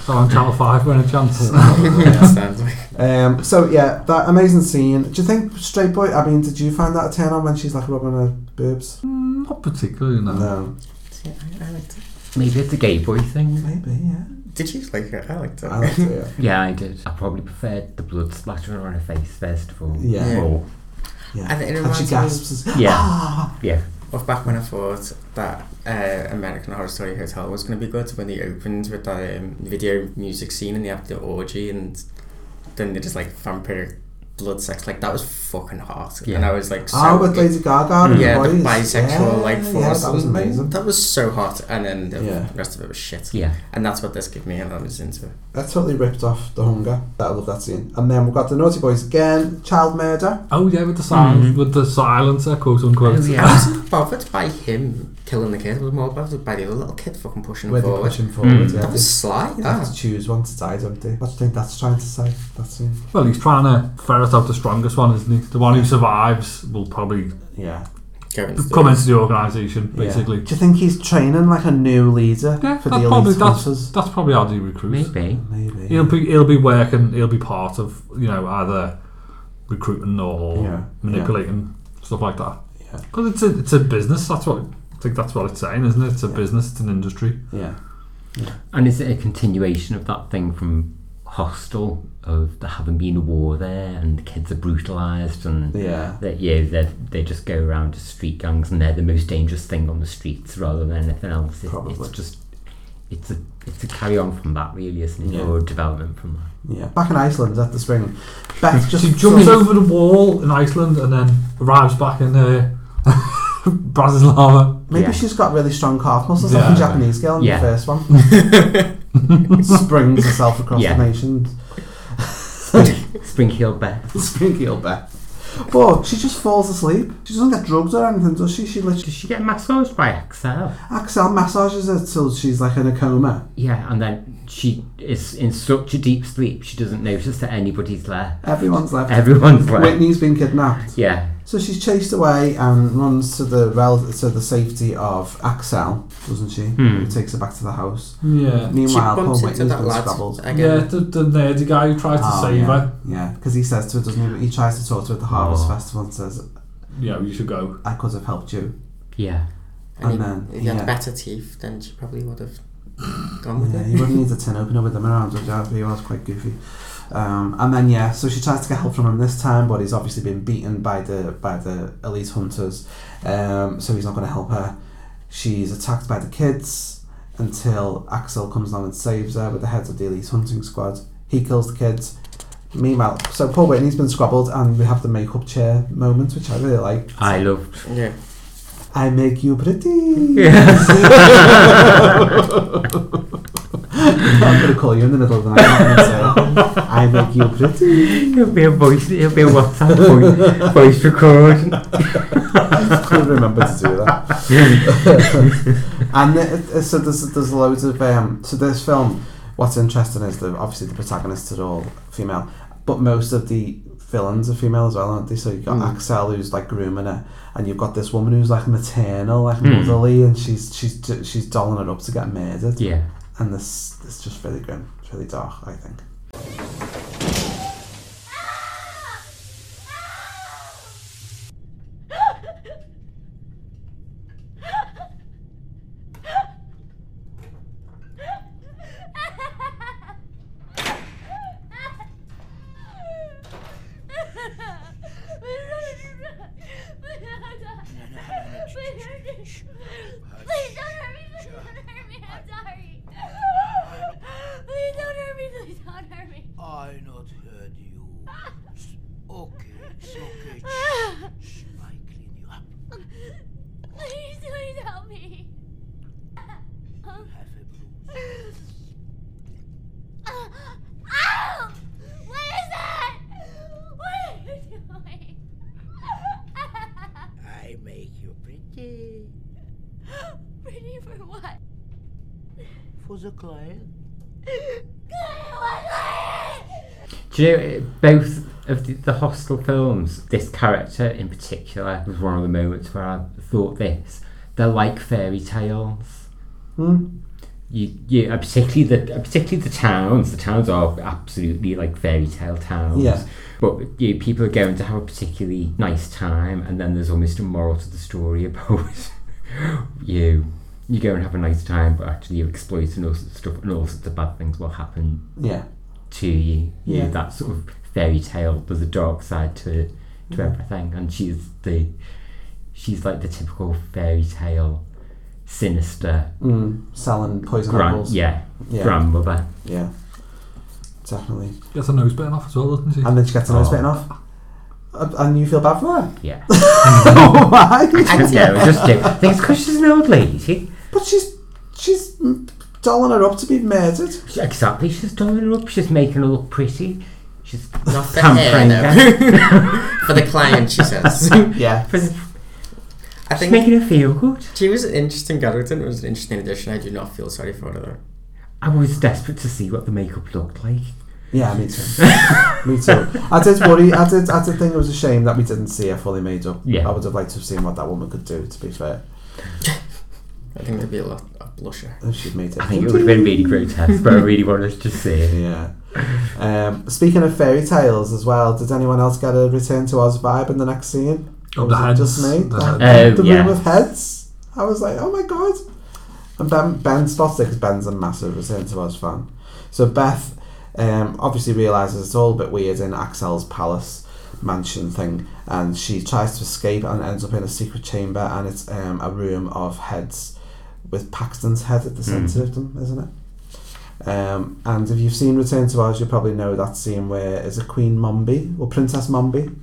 So on Channel Five, when a chance. Understand. Um, so yeah, that amazing scene. Do you think Straight Boy? I mean, did you find that a turn on when she's like rubbing her boobs? Not particularly, no. No. <laughs> See, I, I liked it. Maybe it's a gay boy thing. Maybe, yeah. Did you like it? I liked it. I <laughs> liked it, Yeah, I did. I probably preferred the blood splattering on her face first of all. Yeah. Yeah. Or- Yeah. And it And reminds she me- gasps. as- Yeah. Ah. yeah. Of back when I thought that uh, American Horror Story Hotel was going to be good when they opened with that um, video music scene and they have the orgy and then they just like vampiric blood sex like that was fucking hot and Yeah. I was like so <laughs> Oh, with Lady Gaga and the yeah the boys. bisexual Yeah, like yeah, force that was amazing. that was so hot and then the Yeah. rest of it was shit Yeah. and that's what this gave me and I was into it That totally ripped off the hunger. I love that scene. And then we've got the Naughty Boys again. Child murder. Oh yeah, with the sound, with the silencer, quote unquote. I wasn't bothered by him killing the kid I was more bothered by the other little kid fucking pushing him Where forward they push him forward. Yeah. that was sly They that. have to choose one to die, don't they? What do you think that's trying to say? That scene. Well, he's trying to ferret out the strongest one, isn't he? The one who survives will probably yeah Go into come the- into the organisation basically. Yeah. Do you think he's training like a new leader Yeah, for that's the probably elite that's, forces? that's probably how he recruits. Maybe. Maybe. He'll be he'll be working. He'll be part of you know either recruiting or Yeah, manipulating stuff like that. Because it's a it's a business. That's what I think. That's what it's saying, isn't it? It's a business. It's an industry. Yeah. And is it a continuation of that thing from Hostel of there having been a war there and the kids are brutalised and Yeah. that yeah they they just go around to street gangs and they're the most dangerous thing on the streets rather than anything else. It, Probably. It's just it's a it's a carry on from that really, isn't it? Yeah. Or a development from <laughs> that. Yeah. Back in Iceland at the spring, Beth just She jumps sort of- over the wall in Iceland and then arrives back in uh, <laughs> Bratislava. Maybe Yeah. she's got really strong calf muscles, Yeah. like a Japanese girl in Yeah. the <laughs> first one. Springs herself across Yeah. the nations. Spring heel Beth. Spring heel Beth. But she just falls asleep. She doesn't get drugs or anything, does she? She literally. Does she get massaged by Axel? Axel massages her till she's like in a coma. Yeah, and then she is in such a deep sleep she doesn't notice that anybody's there. Everyone's left. Everyone's left. Whitney's been kidnapped. Yeah. So she's chased away and runs to the rel- to the safety of Axel, doesn't she? Hmm. Who takes her back to the house. Yeah. Meanwhile, She poor bumps into Whitney's that been lad scrabbled. again. Yeah, the, the nerdy guy who tries to Oh, save yeah. her. Yeah, because he says to her, doesn't he? He tries to talk to her at the Harvest Festival and says, Yeah, you should go. I could have helped you. Yeah. and, And he- then, if he had yeah. better teeth then she probably would have gone with Yeah, it you wouldn't need a tin opener with him around, would you? He was quite goofy. Um, and then yeah, so she tries to get help from him this time, but he's obviously been beaten by the by the elite hunters, um, so he's not going to help her. She's attacked by the kids until Axel comes along and saves her with the heads of the elite hunting squad. He kills the kids. Meanwhile, so Paul Whitney's been scrabbled, and we have the makeup chair moment, which I really like. I love <laughs> yeah I make you pretty. <laughs> Yes. I'm gonna call you in the middle of the night and <laughs> say, "I make you <laughs> pretty." It'll be a voice. It'll be a WhatsApp voice, voice record. Couldn't remember to do that. <laughs> and it, it- so there's there's loads of um, so this film. What's interesting is that obviously the protagonists are all female, but most of the villains are female as well, aren't they? So you've got Mm. Axel who's like grooming her, and you've got this woman who's like maternal, like Mm. motherly, and she's she's she's dolling it up to get murdered. <laughs> Yeah. and this it's just really grim, it's really dark. I think. Please don't hurt me. Please don't hurt me. I'm sorry. Please don't hurt me. Please don't hurt me. I not heard you. It's okay, it's okay. Shh, shh, I clean you up. Please, please help me. You have a bruise. Ow! What is that? What are you doing? I make you pretty Ready for what? for the client. Do you know eh, both of the, the hostel films? This character in particular was one of the moments where I thought this. They're like fairy tales. Hmm. you, you uh, particularly the uh, particularly the towns. The towns are absolutely like fairy tale towns. Yeah. But you know, people are going to have a particularly nice time, and then there's almost a moral to the story about <laughs> you. You go and have a nice time, but actually you're exploiting all sorts of stuff, and all sorts of bad things will happen. Yeah. To you. You Yeah. know, that sort of fairy tale. There's a dark side to to Mhm. everything, and she's the she's like the typical fairy tale, sinister Mm, selling poison Gran- apples. yeah, grandmother. Yeah, definitely. Gets her nose bitten off as well, doesn't she? And then she gets her nose Oh. bitten off. Uh, And you feel bad for her? <laughs> Yeah. <laughs> Why? I don't know, it's just- I think it's 'cause she's an old lady. But she's she's mm, dolling her up to be murdered. Exactly. She's dolling her up. She's making her look pretty. She's Not for tampering her, <laughs> her. though. for the client, she <laughs> says. Yeah. For the- <laughs> I She's think making her feel good. She was an interesting character. and It was an interesting addition. I do not feel sorry for her though. <laughs> I was desperate to see what the makeup looked like. Yeah, <laughs> me too. me too. I did worry. I did. I did think it was a shame that we didn't see her fully made up. Yeah. I would have liked to have seen what that woman could do. To be fair, I think there'd be a lot of blusher. if she'd made it. I think it would have been really grotesque, but I really wanted to see it. Yeah. Um, speaking of fairy tales as well, did anyone else get a return to Oz vibe in the next scene? Oh, Or the was it heads. Just me. The The, heads. the Um, yeah. room of heads. I was like, oh my god. And Ben, ben spots it 'cause Ben's a massive return to Oz fan. So Beth um, obviously realizes it's all a bit weird in Axel's palace mansion thing, and she tries to escape and ends up in a secret chamber, and it's um, a room of heads with Paxton's head at the centre of them, isn't it? Um, and if you've seen Return to Oz, you probably know that scene where is it Queen Mombi or Princess Mombi?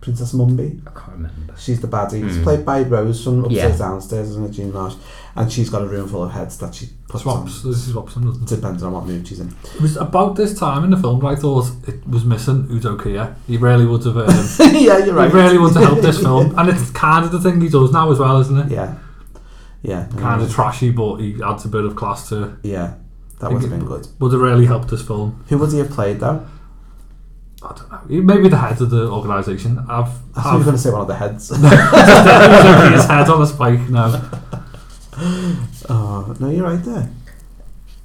Princess Mumbi. I can't remember. She's the baddie. It's Hmm. Mm. played by Rose from upstairs Yeah. downstairs, isn't it, Jean Marsh? And she's got a room full of heads that she puts Swaps. on. This is swaps, doesn't it? Depends on what mood she's in. <laughs> It was about this time in the film that I thought it was missing Udo Kier. He really would have. Um, <laughs> Yeah, you're right. He really would have helped <laughs> this film, and it's kind of the thing he does now as well, isn't it? Yeah, yeah. Kind of trashy, but he adds a bit of class to. it. Yeah, that I think would have it been good. Would have really helped this film. Who would he have played though? Maybe the head of the organisation. I've. I <laughs> thought you were I've- going to say one of the heads. Udo Kier's head on a spike now. oh no, you're right there.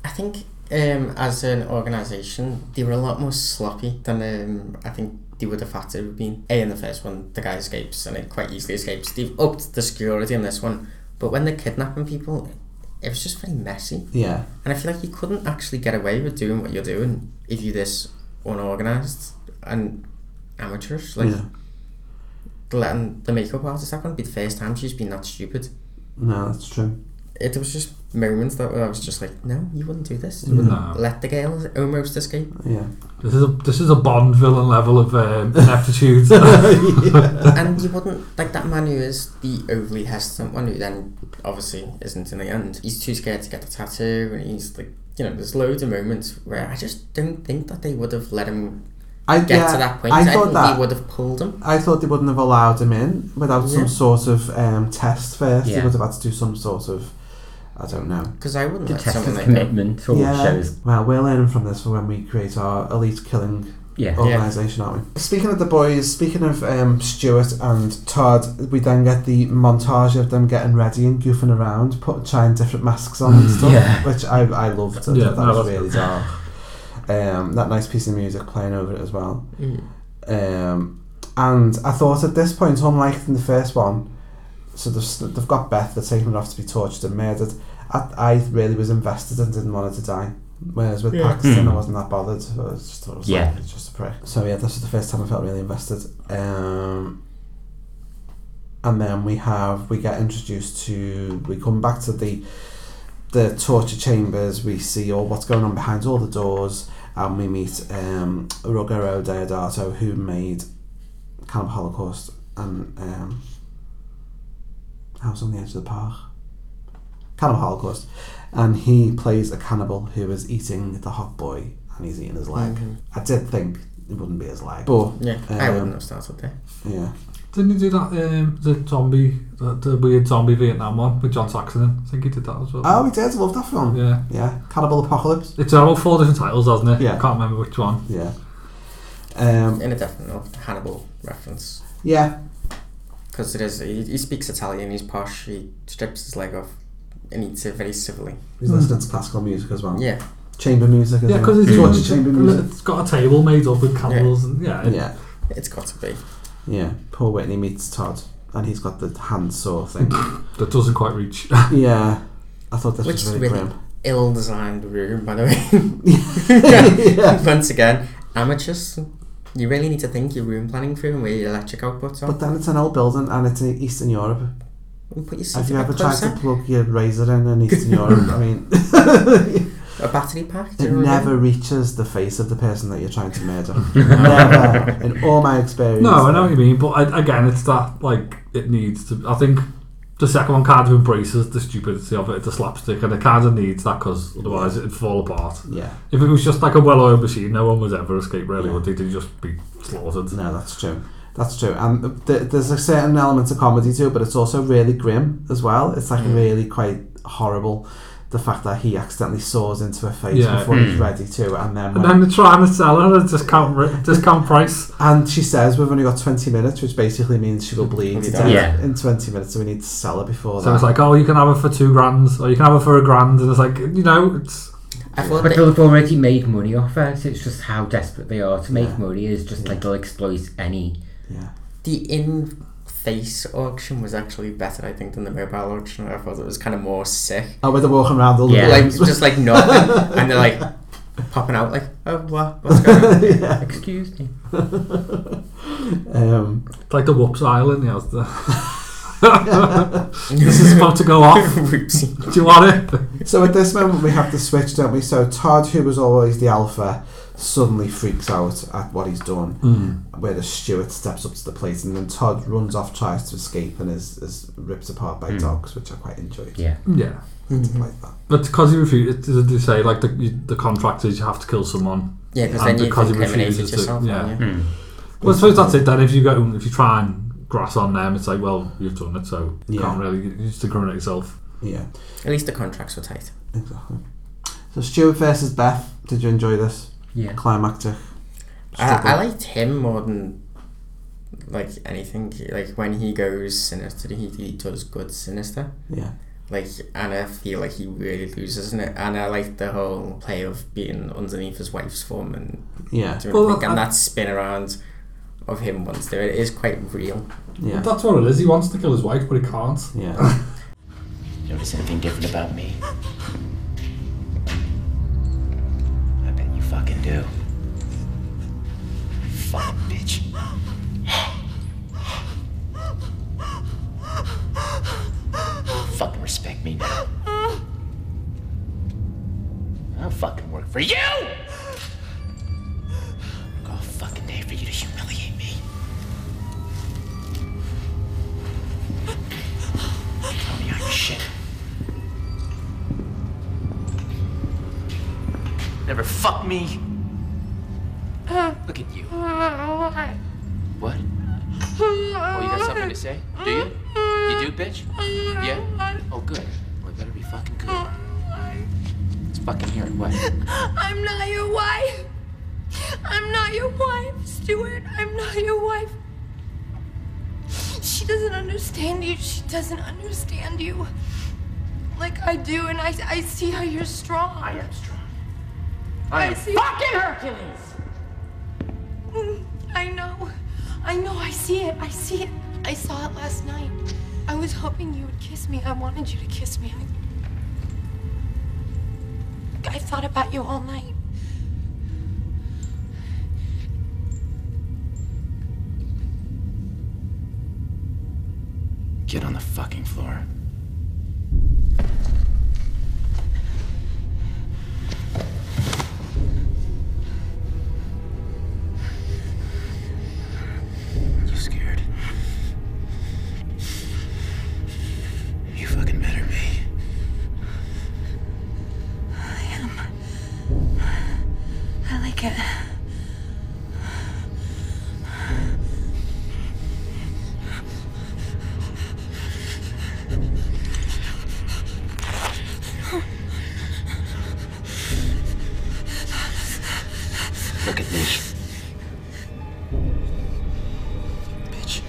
I think um, as an organisation, they were a lot more sloppy than um, I think they would have had to have been. A in the first one, the guy escapes and it quite easily escapes. They've upped the security in this one, but when they're kidnapping people, it was just very messy. Yeah. And I feel like you couldn't actually get away with doing what you're doing if you're this unorganised and amateurish. Like, Yeah. letting the makeup artist, that wouldn't be the first time she's been that stupid No, that's true. it was just moments that I was just like, no, you wouldn't do this. You Mm. No. wouldn't let the girl almost <laughs> escape. Yeah. This is a this is a Bond villain level of um, <laughs> ineptitude. <laughs> And you wouldn't like that man who is the overly hesitant one who then obviously isn't in the end. He's too scared to get the tattoo, and he's like, you know, there's loads of moments where I just don't think that they would have let him I get yeah, to that point. I I, thought think that. they would have pulled him. I thought they wouldn't have allowed him in without some Yeah. sort of um, test first. He Yeah. would have had to do some sort of, I don't know. Because I wouldn't To let test someone his like commitment or yeah. show his. Well, we're learning from this for when we create our elite killing Yeah. Oh. organisation, aren't we? Speaking of the boys, speaking of um, Stuart and Todd, we then get the montage of them getting ready and goofing around, put, trying different masks on <laughs> and stuff, Yeah. which I, I loved. I Yeah, thought that no, was that's really good. dark. Um, that nice piece of music playing over it as well. that. Mm. Um, and I thought at this point, unlike in the first one, so they've, s- they've got Beth, they're taking her off to be tortured and murdered. I, I really was invested and didn't want her to die. Whereas with Yeah. Paxton, I Mm. wasn't that bothered. I just thought it was Yeah. like, it's just a prick. So yeah, this is the first time I felt really invested. Um, and then we have we get introduced to we come back to the the torture chambers. We see all what's going on behind all the doors, and we meet um, Ruggero Deodato, who made Cannibal Holocaust and um, House on the Edge of the Park. Cannibal Holocaust, and he plays a cannibal who is eating the hot boy, and he's eating his leg. Mhm. I did think it wouldn't be his leg, but Yeah, I um, wouldn't have started there. Yeah, Didn't he do that? Um, the zombie, the, the weird zombie Vietnam one with John Saxon. in? I think he did that as well. oh, we did love that film. Yeah. yeah, Cannibal Apocalypse. It's about four different titles, hasn't it? Yeah. I can't remember which one. Yeah, um, In a definite Hannibal reference. yeah, Because it is, he, he speaks Italian, he's posh, he strips his leg off, and eats it very civilly. He's listening to classical music as well. Yeah. Chamber music. as Hmm. Yeah, well. because it's, He's got- watching chamber music. it's got a table made up with candles and yeah, it- Yeah. It's got to be. Yeah. Poor Whitney meets Todd, and he's got the <laughs> handsaw thing. that doesn't quite reach. yeah. I thought this Which was is really really <laughs> grim. <laughs> ill designed room, by the way. <laughs> Once again, amateurs, you really need to think your room planning through and where your electric outputs are. But then it's an old building, and it's in Eastern Europe. Well, put yourself Have you a bit ever tried to closer. plug your razor in <laughs> in Eastern Europe? I mean, <laughs> a battery pack? do it you know what I mean? never reaches the face of the person that you're trying <laughs> to murder. never, in all my <laughs> experience. No, I know what you mean, but I, again, it's that like it needs to. I think the second one kind of embraces the stupidity of it, the slapstick, and it kind of needs that because otherwise it'd fall apart. Yeah. If it was just like a well-oiled machine, no one would ever escape, really, would they? They'd just be slaughtered. No, that's true. That's true. And th- there's a certain element of comedy too, but it's also really grim as well. It's Mm. like really quite horrible. The fact that he accidentally saws into her face Yeah. before he's Mm. ready to, and then And when- then they're trying to sell her at a discount ri- discount price. And she says we've only got 20 minutes, which basically means she will bleed to Yeah. death Yeah. in 20 minutes, so we need to sell her before So that. it's like, oh, you can have it for two grand, or you can have it for a grand, and it's like, you know, it's. I But they've already made money off it. It's just how desperate they are to make Yeah. money. Is just like they'll exploit <laughs> any. The in face auction was actually better, I think, than the mobile auction. I thought it was kind of more sick. Oh, where they're walking around all the yeah. like buildings. just like nothing, and they're like popping out like, oh what, what's going on? <laughs> <laughs> Excuse me. <laughs> Um, It's like the Whoops Island, <laughs> yeah. it's the- this is about to go off. Do you want it? so at this moment, we have the switch, don't we? So Todd, who was always the alpha, suddenly freaks out at what he's done. Mm. Where the steward steps up to the plate, and then Todd runs off, tries to escape, and is, is ripped apart by dogs, which I quite enjoyed. Yeah. Yeah. But because he refuses, did they say like the you, the contract is you have to kill someone? Yeah, 'cause And then you because he incriminated refuses to- yourself, Yeah. haven't you? Mm. Well, I suppose that's it. Then if you go if you try and grass on them, it's like well you've done it, so you Yeah. can't really you just incriminate yourself. Yeah. At least the contracts were tight. Exactly. So Stewart versus Beth, did you enjoy this? Yeah. Climactic. I, I struggle. liked him more than like anything. Like when he goes sinister, he, he does good sinister. Yeah. Like and I feel like he really loses in it. And I like the whole play of being underneath his wife's form and Yeah. doing Well, everything. and I- that spin around of him once there it is quite real. But that's what it is. He wants to kill his wife, but he can't. Yeah. Notice anything different about me? I bet you fucking do. Fuck, bitch. Fucking respect me now. I'll fucking work for you! Work All fucking day for you to humiliate me. Tell me how you shit. Never fuck me. Look at you. What? Oh, you got something to say? Do you? You do, bitch? Yeah? Oh, good. Well, it better be fucking good. Let's fucking hear it. What? I'm not your wife. I'm not your wife, Stuart. I'm not your wife. She doesn't understand you. She doesn't understand you. Like I do, and I, I see how you're strong. I am strong. I I, am see fucking Hercules. I know. I know. I see it. I see it. I saw it last night. I was hoping you would kiss me. I wanted you to kiss me. I, I thought about you all night. Get on the fucking floor. You scared? You fucking met her, me. I am. I like it. Look at me. Bitch.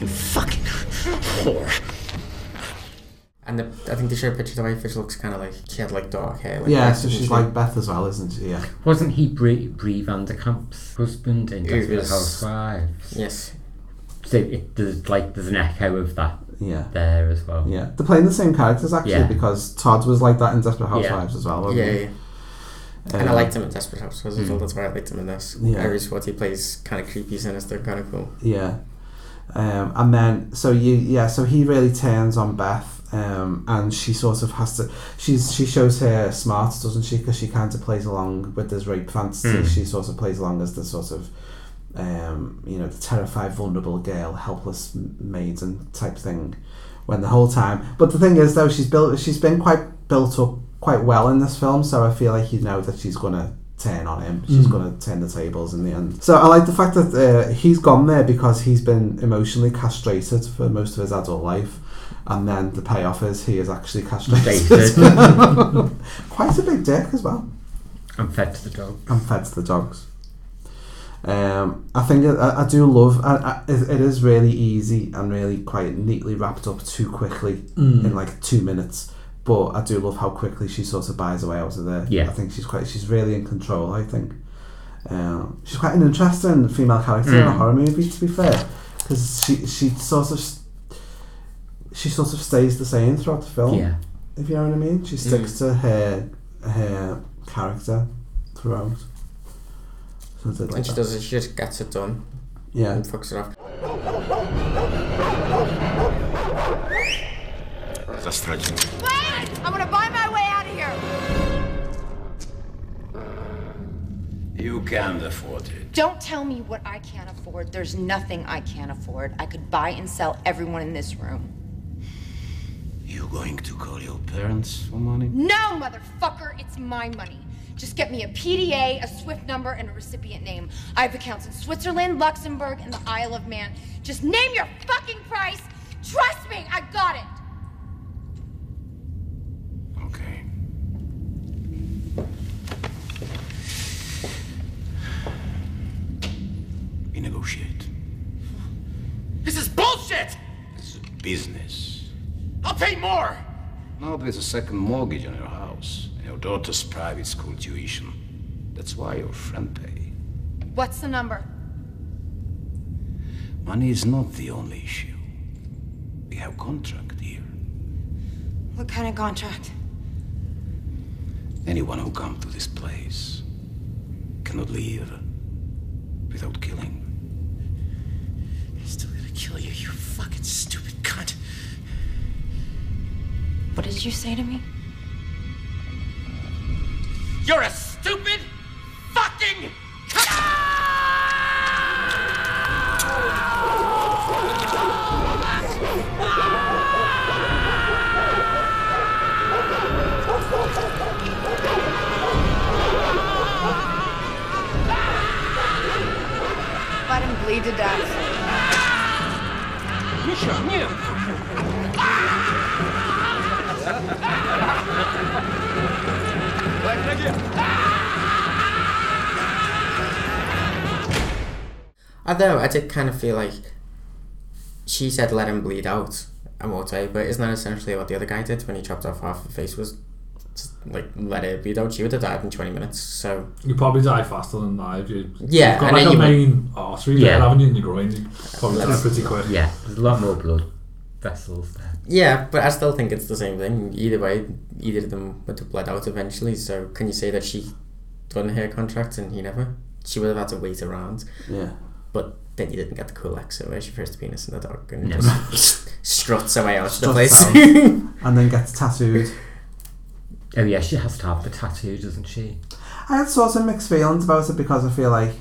You fucking whore. And the, I think they showed a picture of the wife, which looks kind of like she had like dark hair. Like yeah, that, so didn't she's she? like Beth as well, isn't she? Yeah. Wasn't he Brie, Brie Vanderkamp's husband in It Desperate was- Housewives? Yes. So it, there's like there's an echo of that. Yeah. There as well. Yeah, they're playing the same characters actually Yeah. because Todd was like that in Desperate Yeah. Housewives as well. wasn't Yeah, he? yeah. and I Um, liked him in Desperate Housewives as well. Mm. That's why I liked him in this. Yeah. Every spot he plays kind of creepy, sinister, kind of cool. Yeah. Um, and then so you yeah so he really turns on Beth um, and she sort of has to she's she shows her smarts doesn't she because she kind of plays along with this rape fantasy Mm. she sort of plays along as the sort of um, you know the terrified vulnerable girl helpless m- maiden type thing when the whole time but the thing is though she's built she's been quite built up quite well in this film so I feel like you know that she's gonna turn on him she's Mm. gonna to turn the tables in the end. So I like the fact that uh, he's gone there because he's been emotionally castrated for most of his adult life, and then the payoff is he is actually <laughs> castrated. Castrated. Quite a big dick as well, I'm fed to the dog. and fed to the dogs. Um, I think I, I do love. I, I, it it is really easy and really quite neatly wrapped up too quickly Mm. in like two minutes. But I do love how quickly she sort of buys her way out of there. Yeah. I think she's quite. She's really in control. I think. Um, she's quite an interesting female character in a Mm. horror movie. To be fair, because she she sort of s- she sort of stays the same throughout the Oh. film. Yeah. If you know what I mean, she sticks Mm. to her her character throughout. So I did like And she that. does it, she just gets it done. Yeah. And fucks it up. Wait! I'm gonna buy my way out of here. You can't afford it. Don't tell me what I can't afford. There's nothing I can't afford. I could buy and sell everyone in this room. You going to call your parents for money? No, motherfucker, it's my money. Just get me a PDA, a SWIFT number, and a recipient name. I have accounts in Switzerland, Luxembourg, and the Isle of Man. Just name your fucking price. Trust me, I got it. Okay. We negotiate. This is bullshit! Business. I'll pay more! Now there's a second mortgage on your house and your daughter's private school tuition. That's why your friend pay. What's the number? Money is not the only issue. We have contract here. What kind of contract? Anyone who comes to this place cannot leave without killing. Still gonna kill you, you fucking stupid cunt. What did you say to me? You're a stupid fucking Let him bleed to death. Миша, нет! Although I did kind of feel like she said let him bleed out and walked away, but isn't that essentially what the other guy did when he chopped off half her face was just, like let it bleed out? She would have died in twenty minutes, so You probably die faster than that if you. Yeah, You've got and then like a you would- main artery Yeah. there, haven't you, in your groin? You probably die pretty quick. Yeah, there's a lot more blood vessels there. Yeah, but I still think it's the same thing. Either way, either of them would have bled out eventually. So can you say that she done her contract and he never? She would have had to wait around. Yeah. But then you didn't get the cool exit where she first penis in the dog and No. just <laughs> struts away out of the Stuff place. <laughs> out, and then gets tattooed. Oh yeah, she has to have the tattoo, doesn't she? I had sort of mixed feelings about it because I feel like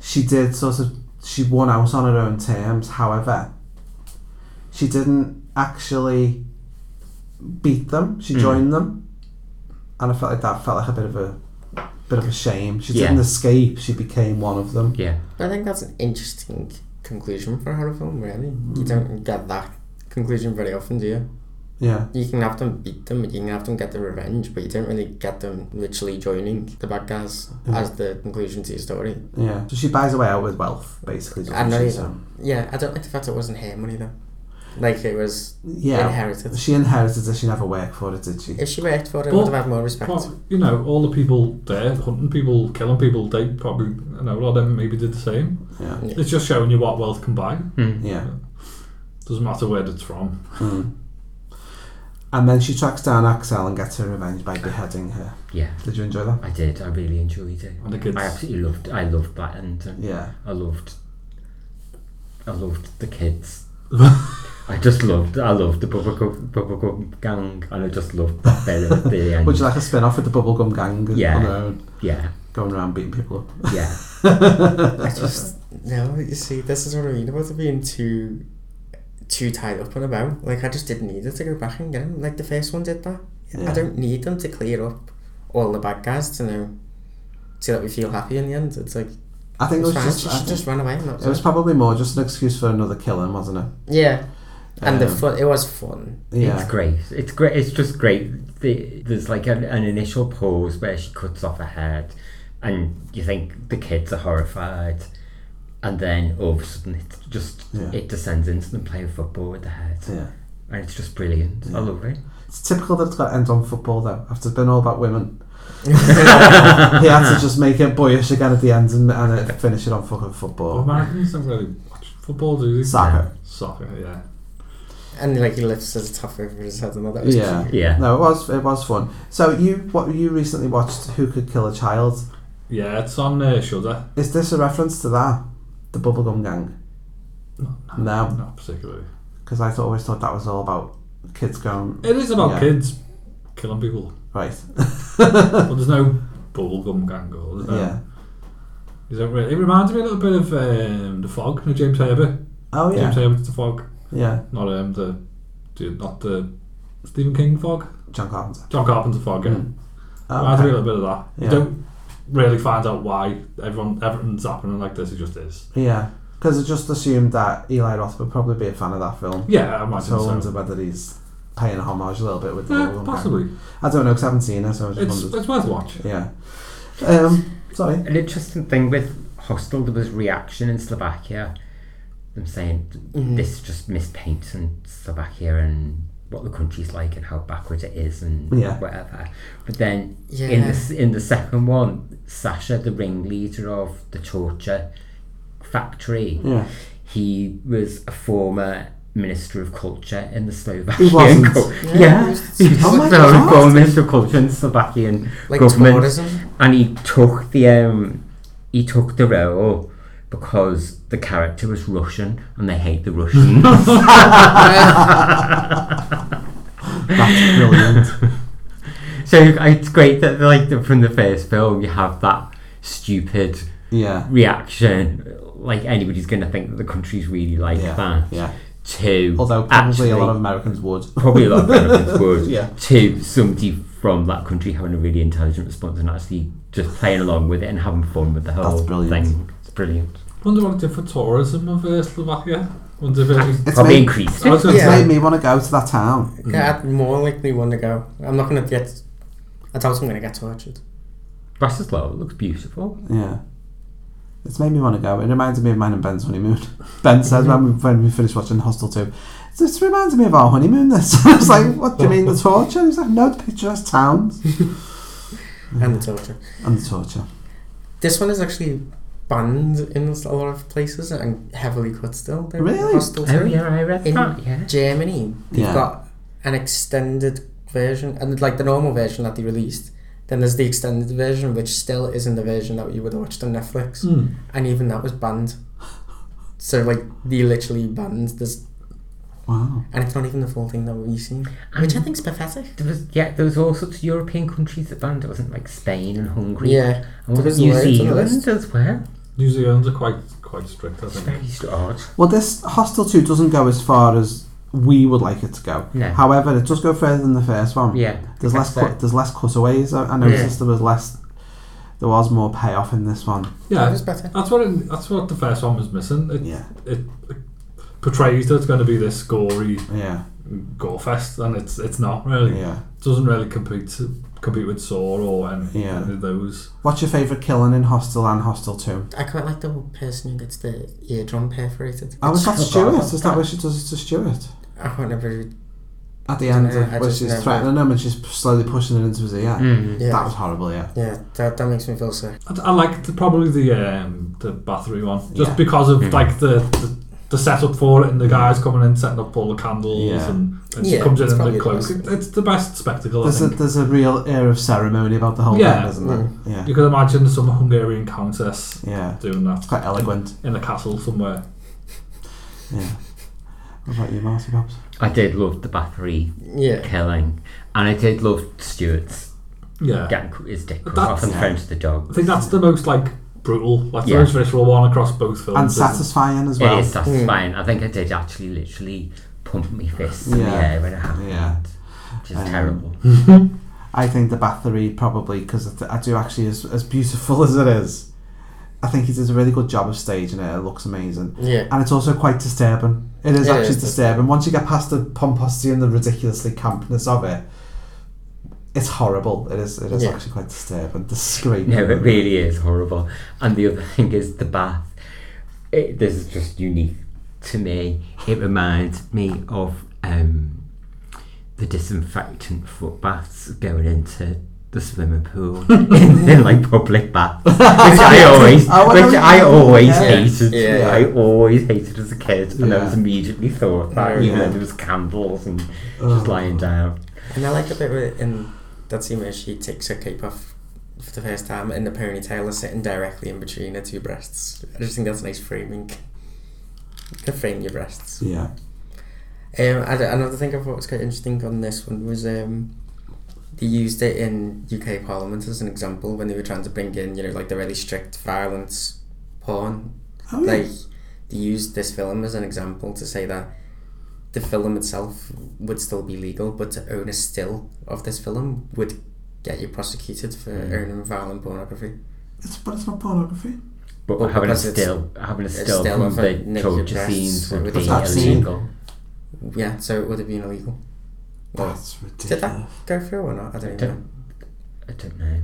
she did sort of she won out on her own terms. However, she didn't actually beat them. She Mm. joined them, and I felt like that felt like a bit of a bit of a shame. She Yeah. didn't escape. She became one of them. Yeah. I think that's an interesting conclusion for a horror film, really. You don't get that conclusion very often, do you? Yeah. You can have them beat them, you can have them get the revenge, but you don't really get them literally joining the bad guys Mhm. as the conclusion to your story. Yeah. So she buys her way out with wealth, basically. I know doesn't she? you So- don't. Yeah, I don't like the fact it wasn't her money though. Like it was Yeah, inherited. she inherited it. She never worked for it, did she? If she worked for it, But- would have had more respect. Well, you know, all the people there hunting people, killing people, they probably, you know, a lot of them maybe did the same. Yeah. Yeah. It's just showing you what wealth can buy. Yeah. Doesn't matter where it's from. And then she tracks down Axel and gets her revenge by beheading her. Yeah. Did you enjoy that? I did. I really enjoyed it. And the kids- I absolutely loved. I loved Battington. Yeah. I loved. I loved the kids. I just loved. I loved the bubblegum, bubblegum gang, and I just loved that bit at the end. Would you like a spin off with the Bubblegum Gang Yeah. on their own? Yeah. Going around beating people up. <laughs> Yeah. I just no. You see, this is what I mean about it being too too tied up and about. Like I just didn't need it to go back and get him. Like the first one did that. Yeah. I don't need them to clear up all the bad guys to know, so that we feel happy in the end. It's like I think it it's was fine. just. she I should think- just run away. And that It was it. probably more just an excuse for another killing, wasn't it? yeah, and the Um, fun. It was fun. <laughs> Yeah. It's great. It's great. It's just great. The, there's like an, an initial pause where she cuts off her head, and you think the kids are horrified, and then all of a sudden it just Yeah. it descends into them playing football with the head. Yeah. and it's just brilliant. I love it. It's typical that it's got to end on football though. After it's been all <laughs> about women, he <laughs> had to just make it boyish again at the end and, and it, finish it on fucking Oh, football. Americans don't really watch football, do they? Soccer. Soccer, yeah. And like he lifts his top over his head and all that. was yeah, cute. yeah. No, it was it was fun. So you what you recently watched? Who could kill a child? Yeah, it's on uh, Shudder. Is this a reference to that? The bubblegum gang? No, Not particularly. because I thought, always thought that was all about kids going. It is about Yeah. kids killing people. right? <laughs> but there's no bubblegum gang or there's no, Yeah. You don't really, it reminds me a little bit of um, the fog, you know, James Herbert. Oh, yeah. James Herbert's the fog. Yeah. Not um the, the not the Stephen King fog. John Carpenter. John Carpenter fog. Yeah. Oh, reminds me a okay. little bit of that. Yeah. You don't really find out why everyone everything's happening like this. It just is. Yeah, because I just assumed that Eli Roth would probably be a fan of that film. Yeah, I imagine I so. wonder whether he's paying homage a little bit with the Eh, Wolverine gang. possibly. I don't know because I haven't seen it, so I just It's- wondered. it's worth a watch. Yeah. Um, sorry. An interesting thing with Hostel, there was reaction in Slovakia. Them saying Mm-hmm. Mhm. this just mispaints in Slovakia and what the country's like and how backward it is and Yeah. whatever. But then in the s- in the second one, Sasha, the ringleader of the torture factory, Yeah. he was a former minister of culture in the Slovak. He wasn't. <laughs> Yeah, Yeah. he Oh was my the God. former minister of culture in the Slovakian Like government, tourism? and he took the um, he took the role because the character was Russian and they hate the Russians. <laughs> That's brilliant. <laughs> So it's great that like the- from the first film you have that stupid Yeah. reaction. Like anybody's going to think that the country's really like Yeah, that. yeah. To Although probably a lot actually- of Americans would. Probably a lot of Americans would. Yeah. To somebody from that country having a really intelligent response and actually just playing along with it and having fun with the whole thing. It's brilliant. Wonder what it did for tourism of uh, Slovakia. Wonder if it It's Probably made, increased It's it. Yeah. made me want to go to that town. Yeah, I'd more likely want to go. I'm not gonna get. I doubt I'm gonna get tortured. Oh, Bratislava looks beautiful. Yeah. It's made me want to go. It reminds me of mine and Ben's honeymoon. <laughs> Ben said when we, when we finished watching Hostel 2, this reminds me of our honeymoon. This. <laughs> I was like, what do you mean the torture? He's like, no, the picturesque towns. <laughs> And the torture. And the torture. This one is actually banned in a lot of places and heavily cut still. They're Really? hostile Oh, to it. yeah, I read in that, yeah. Germany, they've Yeah. got an extended version, and like the normal version that they released. Then there's the extended version, which still isn't the version that you would have watched on Netflix, Hmm. and even that was banned. So like they literally banned this, Wow. and it's not even the full thing that we've seen, which I think's pathetic. There was yeah, there was all sorts of European countries that banned it, wasn't it? like Spain and Hungary. Yeah. And was There was it New loads on the Zealand list. as well? New Zealand's are quite quite strict, I think. Very st- odd. Well, this Hostel 2 doesn't go as far as we would like it to go. No. However, it does go further than the first one. Yeah, There's less that's cut, it. there's less cutaways. I, I noticed there was less there was more payoff in this one. Yeah, That was better. that's what it, that's what the first one was missing. It, it, portrays that it's going to be this gory yeah. gore fest, and it's it's not really. Yeah. it doesn't really compete to- compete with Saw or any, Yeah. any of those. What's your favourite killing in Hostel and Hostel 2? I quite like the person who gets the eardrum perforated. Oh, is <laughs> that It's- Stuart? Is that where she does it to Stuart? I would never. At the end, Yeah, I of where just she's never- threatening him and she's slowly pushing it into his ear. Mhm. Yeah. That was horrible, yeah. Yeah, that, that makes me feel sick. I, I like the, probably the um, the battery one just Yeah. because of Hmm. Mhm. like the, the the setup for it and the guys coming in setting up all the candles Yeah. and, and she Yeah, comes in it's in probably the the cloak. best. It- it's the best spectacle. I There's a, think. there's a real air of ceremony about the whole thing, isn't there? Mm. Yeah. You could imagine some Hungarian countess Yeah. doing that. quite elegant. In, in a castle somewhere. Yeah. What about you, Marty, perhaps? I did love the Bathory Yeah. killing, and I did love Stuart's Yeah. getting cu- his dick cut That's- off and thrown to the I dog. think that's the most like brutal, like Yeah. the most visceral one across both films. And isn't it? satisfying as well. It is satisfying. I think I did actually literally pump my fists in the Yeah. air when it happened. Yeah. Which is Um, terrible. I think the Bathory probably because I do actually as, as beautiful <laughs> as it is. I think he does a really good job of staging it. It looks amazing. Yeah. and it's also quite disturbing. It is Yeah, actually it's- disturbing once you get past the pomposity and the ridiculously campness of it. It's horrible. It is. It is Yeah. actually quite disturbing. The scream. No, it really is horrible. And the other thing is the bath. It, this is just unique to me. It reminds me of um, the disinfectant foot baths going into the swimming pool <laughs> in, like public baths, which I always, I wonder which what I you- always yeah. hated. Yeah. I always hated as a kid, and I Yeah. was immediately thought that even Yeah. though there was candles and Ugh. just lying down. And I like the bit where in that scene where she takes her cape off for the first time and the ponytail is sitting directly in between her two breasts. I just think that's nice framing. You can frame your breasts. Yeah. Um, and another thing I thought was quite interesting on this one was um, they used it in UK Parliament as an example when they were trying to bring in, you know, like the really strict violence porn. Oh, yeah. like they used this film as an example to say that the film itself would still be legal, but to own a still of this film would get you prosecuted for Hmm. owning violent pornography. It's, but it's not pornography. But Well, having a because it's- still, having a it's still, still from of a the naked torture breast, scenes so would it be doesn't seem- illegal. Yeah, so it would have been illegal. Well, That's Did that go through or not? I don't even know. I don't know.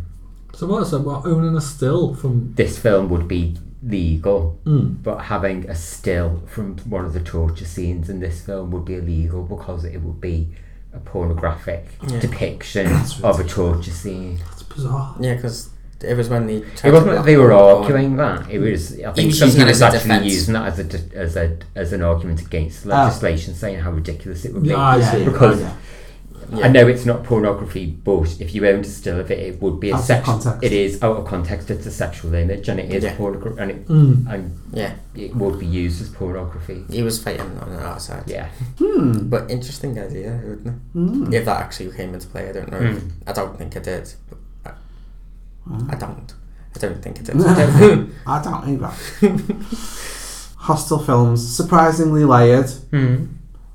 So what is that? What owning a still from this film would be legal, Mm. but having a still from one of the torture scenes in this film would be illegal because it would be a pornographic Yeah. depiction That's of a torture scene. bizarre. Yeah, because it was when they It tried wasn't to that they were block the arguing porn. that. It was, I He think, was somebody using it was as a actually defense. using that as a de- as a as an argument against Ah. legislation, saying how ridiculous it would be. Yeah, I see. Because Yeah. I know it's not pornography, but if you owned a still of it, it would be a Out of sexual. context. It is out of context. It's a sexual image, and it is Yeah. pornography, and it Mm. and Yeah. it would be used as pornography. He was fighting on the outside. Yeah. Hmm. But interesting idea, wouldn't it? Hmm. If that actually came into play, I don't know. if- I don't think it did. But I, I don't. I don't think it did. I don't think- <laughs> I don't either. Hostile films, surprisingly layered. Mm.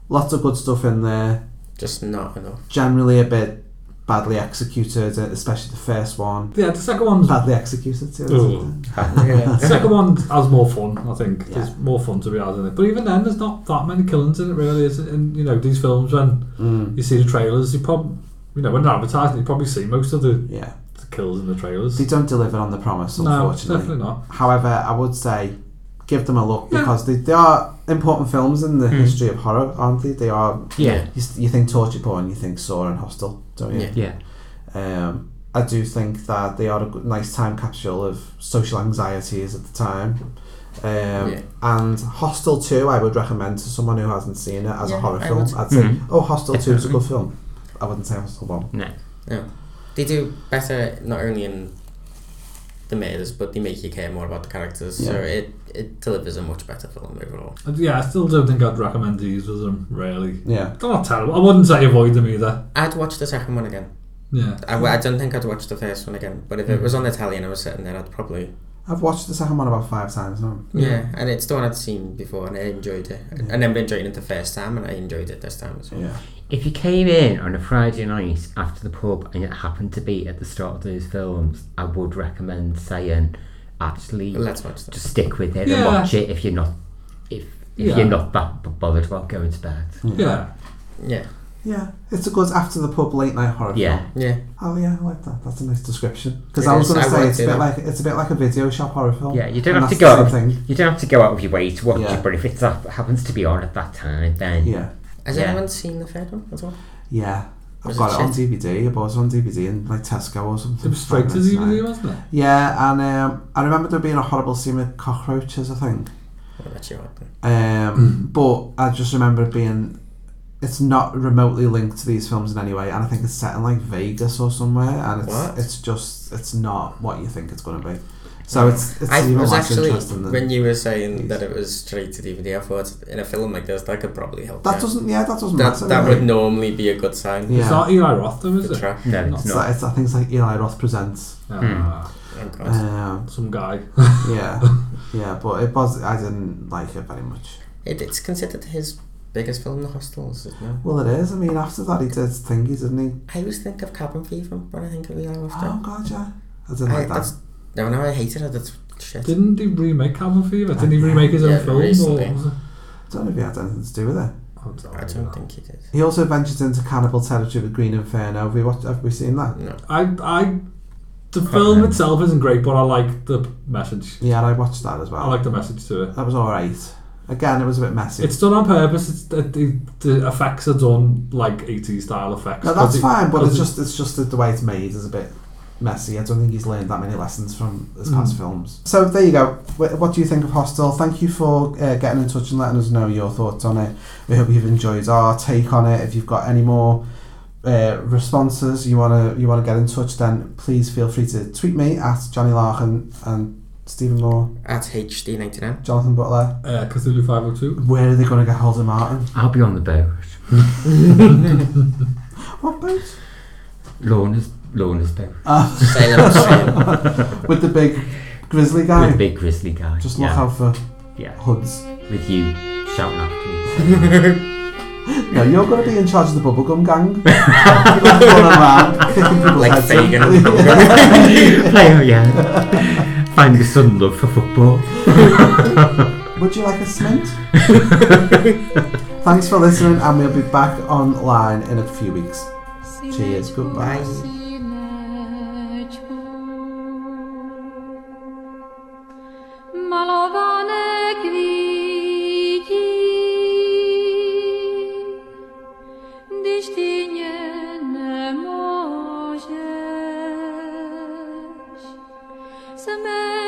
Lots of good stuff in there. Just not enough. Generally a bit badly executed, uh, especially the first one. Yeah, the second one's badly executed too. Ooh. isn't it? The second one has more fun, I think. There's more fun to be had in it. But even then, there's not that many killings in it, really. Is it? In you know these films, when Hmm. you see the trailers, you probably you know when they're advertising, you probably see most of the yeah the kills in the trailers. They don't deliver on the promise, No, unfortunately. definitely not. However, I would say give them a look because they, they are important films in Hmm. the history of horror, aren't they? They are. Yeah. You, s- you think torture porn, you think Saw and Hostel, don't you? Yeah. Um, I do think that they are a good, nice time capsule of social anxieties at the time. Um, Yeah. And Hostel 2, I would recommend to someone who hasn't seen it as Yeah, a horror I film. would. I'd say, Mm-hmm. Mhm. oh, Hostel 2 <laughs> is a good Definitely. film. I wouldn't say Hostel 1. No. No. They do better not only in the murders, but they make you care more about the characters. So Yeah. it, it delivers a much better film overall. And yeah, I still don't think I'd recommend these with them really. Yeah. they're not terrible. I wouldn't say avoid them either. I'd watch the second one again. Yeah. I, w- I don't think I'd watch the first one again, but if it was on Italian, I was sitting there, I'd probably. I've watched the second one about five times now. Yeah, and it's the one I'd seen before and I enjoyed it. I- I remember enjoying it the first time and I enjoyed it this time as well. Yeah. If you came in on a Friday night after the pub and it happened to be at the start of those films, I would recommend saying, actually, Let's watch that. Just stick with it and Yeah. watch it if you're not if if Yeah. you're not that b- bothered about going to bed. Yeah. Yeah. Yeah, it's a good after the pub late night horror Yeah. film. Yeah. Oh yeah, I like that. That's a nice description. Because It I was is. I going to say would it's a do bit that. like it's a bit like a video shop horror film. Yeah, you don't And have to that's go the out. same thing. You don't have to go out of your way to watch Yeah. it, but if it's up, happens to be on at that time, then Yeah. Has Yeah. anyone seen the third one at all? Yeah. I've Was got it it on DVD. I bought it on DVD in like Tesco or something. It was straight to Friday night. DVD, wasn't it? Yeah, and um, I remember there being a horrible scene with cockroaches. I think. That's your one. Hmm. Um, but I just remember it being. It's not remotely linked to these films in any way, and I think it's set in like Vegas or somewhere, and it's What? it's just it's not what you think it's going to be. So it's it's I even was less actually interesting than when you were saying that it was straight to DVD. I thought in a film like this that could probably help. That doesn't- yeah, that doesn't That, matter, that really. would normally be a good sign. Yeah. Uh, It's not Eli Roth, though, is For it? track. No, it's like, it's, I think it's like Eli Roth presents. Ah. Oh, God. Um, Some guy. yeah, <laughs> <laughs> yeah, but it was I didn't like it very much. It, it's considered his biggest film, The Hostels, isn't it? Well, it is. I mean, after that he did thingies, didn't he? I always think of Cabin Fever when I think of Eli Roth. Oh, God, yeah. I didn't like that. that's- No, no, I hated it. That's shit. Didn't he remake Cabin Fever? Didn't he remake his own Yeah, film? recently. Or was it? oh, I don't know if he had anything to do with it. I don't think he did. He also ventures into cannibal territory with Green Inferno. Have we watched? Have we seen that? No. I, I, the film itself isn't great, but I like the message. Yeah, and I watched that as well. I like the message to it. That was all right. Again, it was a bit messy. It's done on purpose. It's the, the, the effects are done like 80s style effects. no, 'Cause that's it- fine, but 'cause it's it- just it's just that the way it's made is a bit messy. I don't think he's learned that many lessons from his Hmm. past Mm. films. So there you go. Wh- What do you think of Hostel? Thank you for uh, getting in touch and letting us know your thoughts on it. We hope you've enjoyed our take on it. If you've got any more uh, responses you wanna you wanna get in touch, then please feel free to tweet me at Johnny Larkin and Stephen Moore. At HD99. Jonathan Butler. Uh, Cthulhu 502. Where are they going to get hold of Martin? I'll be on the boat. what boat? Lorna's, Lorna's boat. Ah. <laughs> With the big grizzly guy. With the big grizzly guy. Just look yeah. out for Yeah. hoods. With you shouting <laughs> after me. <laughs> No, you're going to be in charge of the bubblegum gang. like Fagin. <laughs> Play- oh, yeah. Finding a sudden love for football. Would you like a cement? <laughs> Thanks for listening, and we'll be back online in a few weeks. Cheers. Goodbye. malowane kwitki, gdyś ty nie, nie możesz. Zmęczyć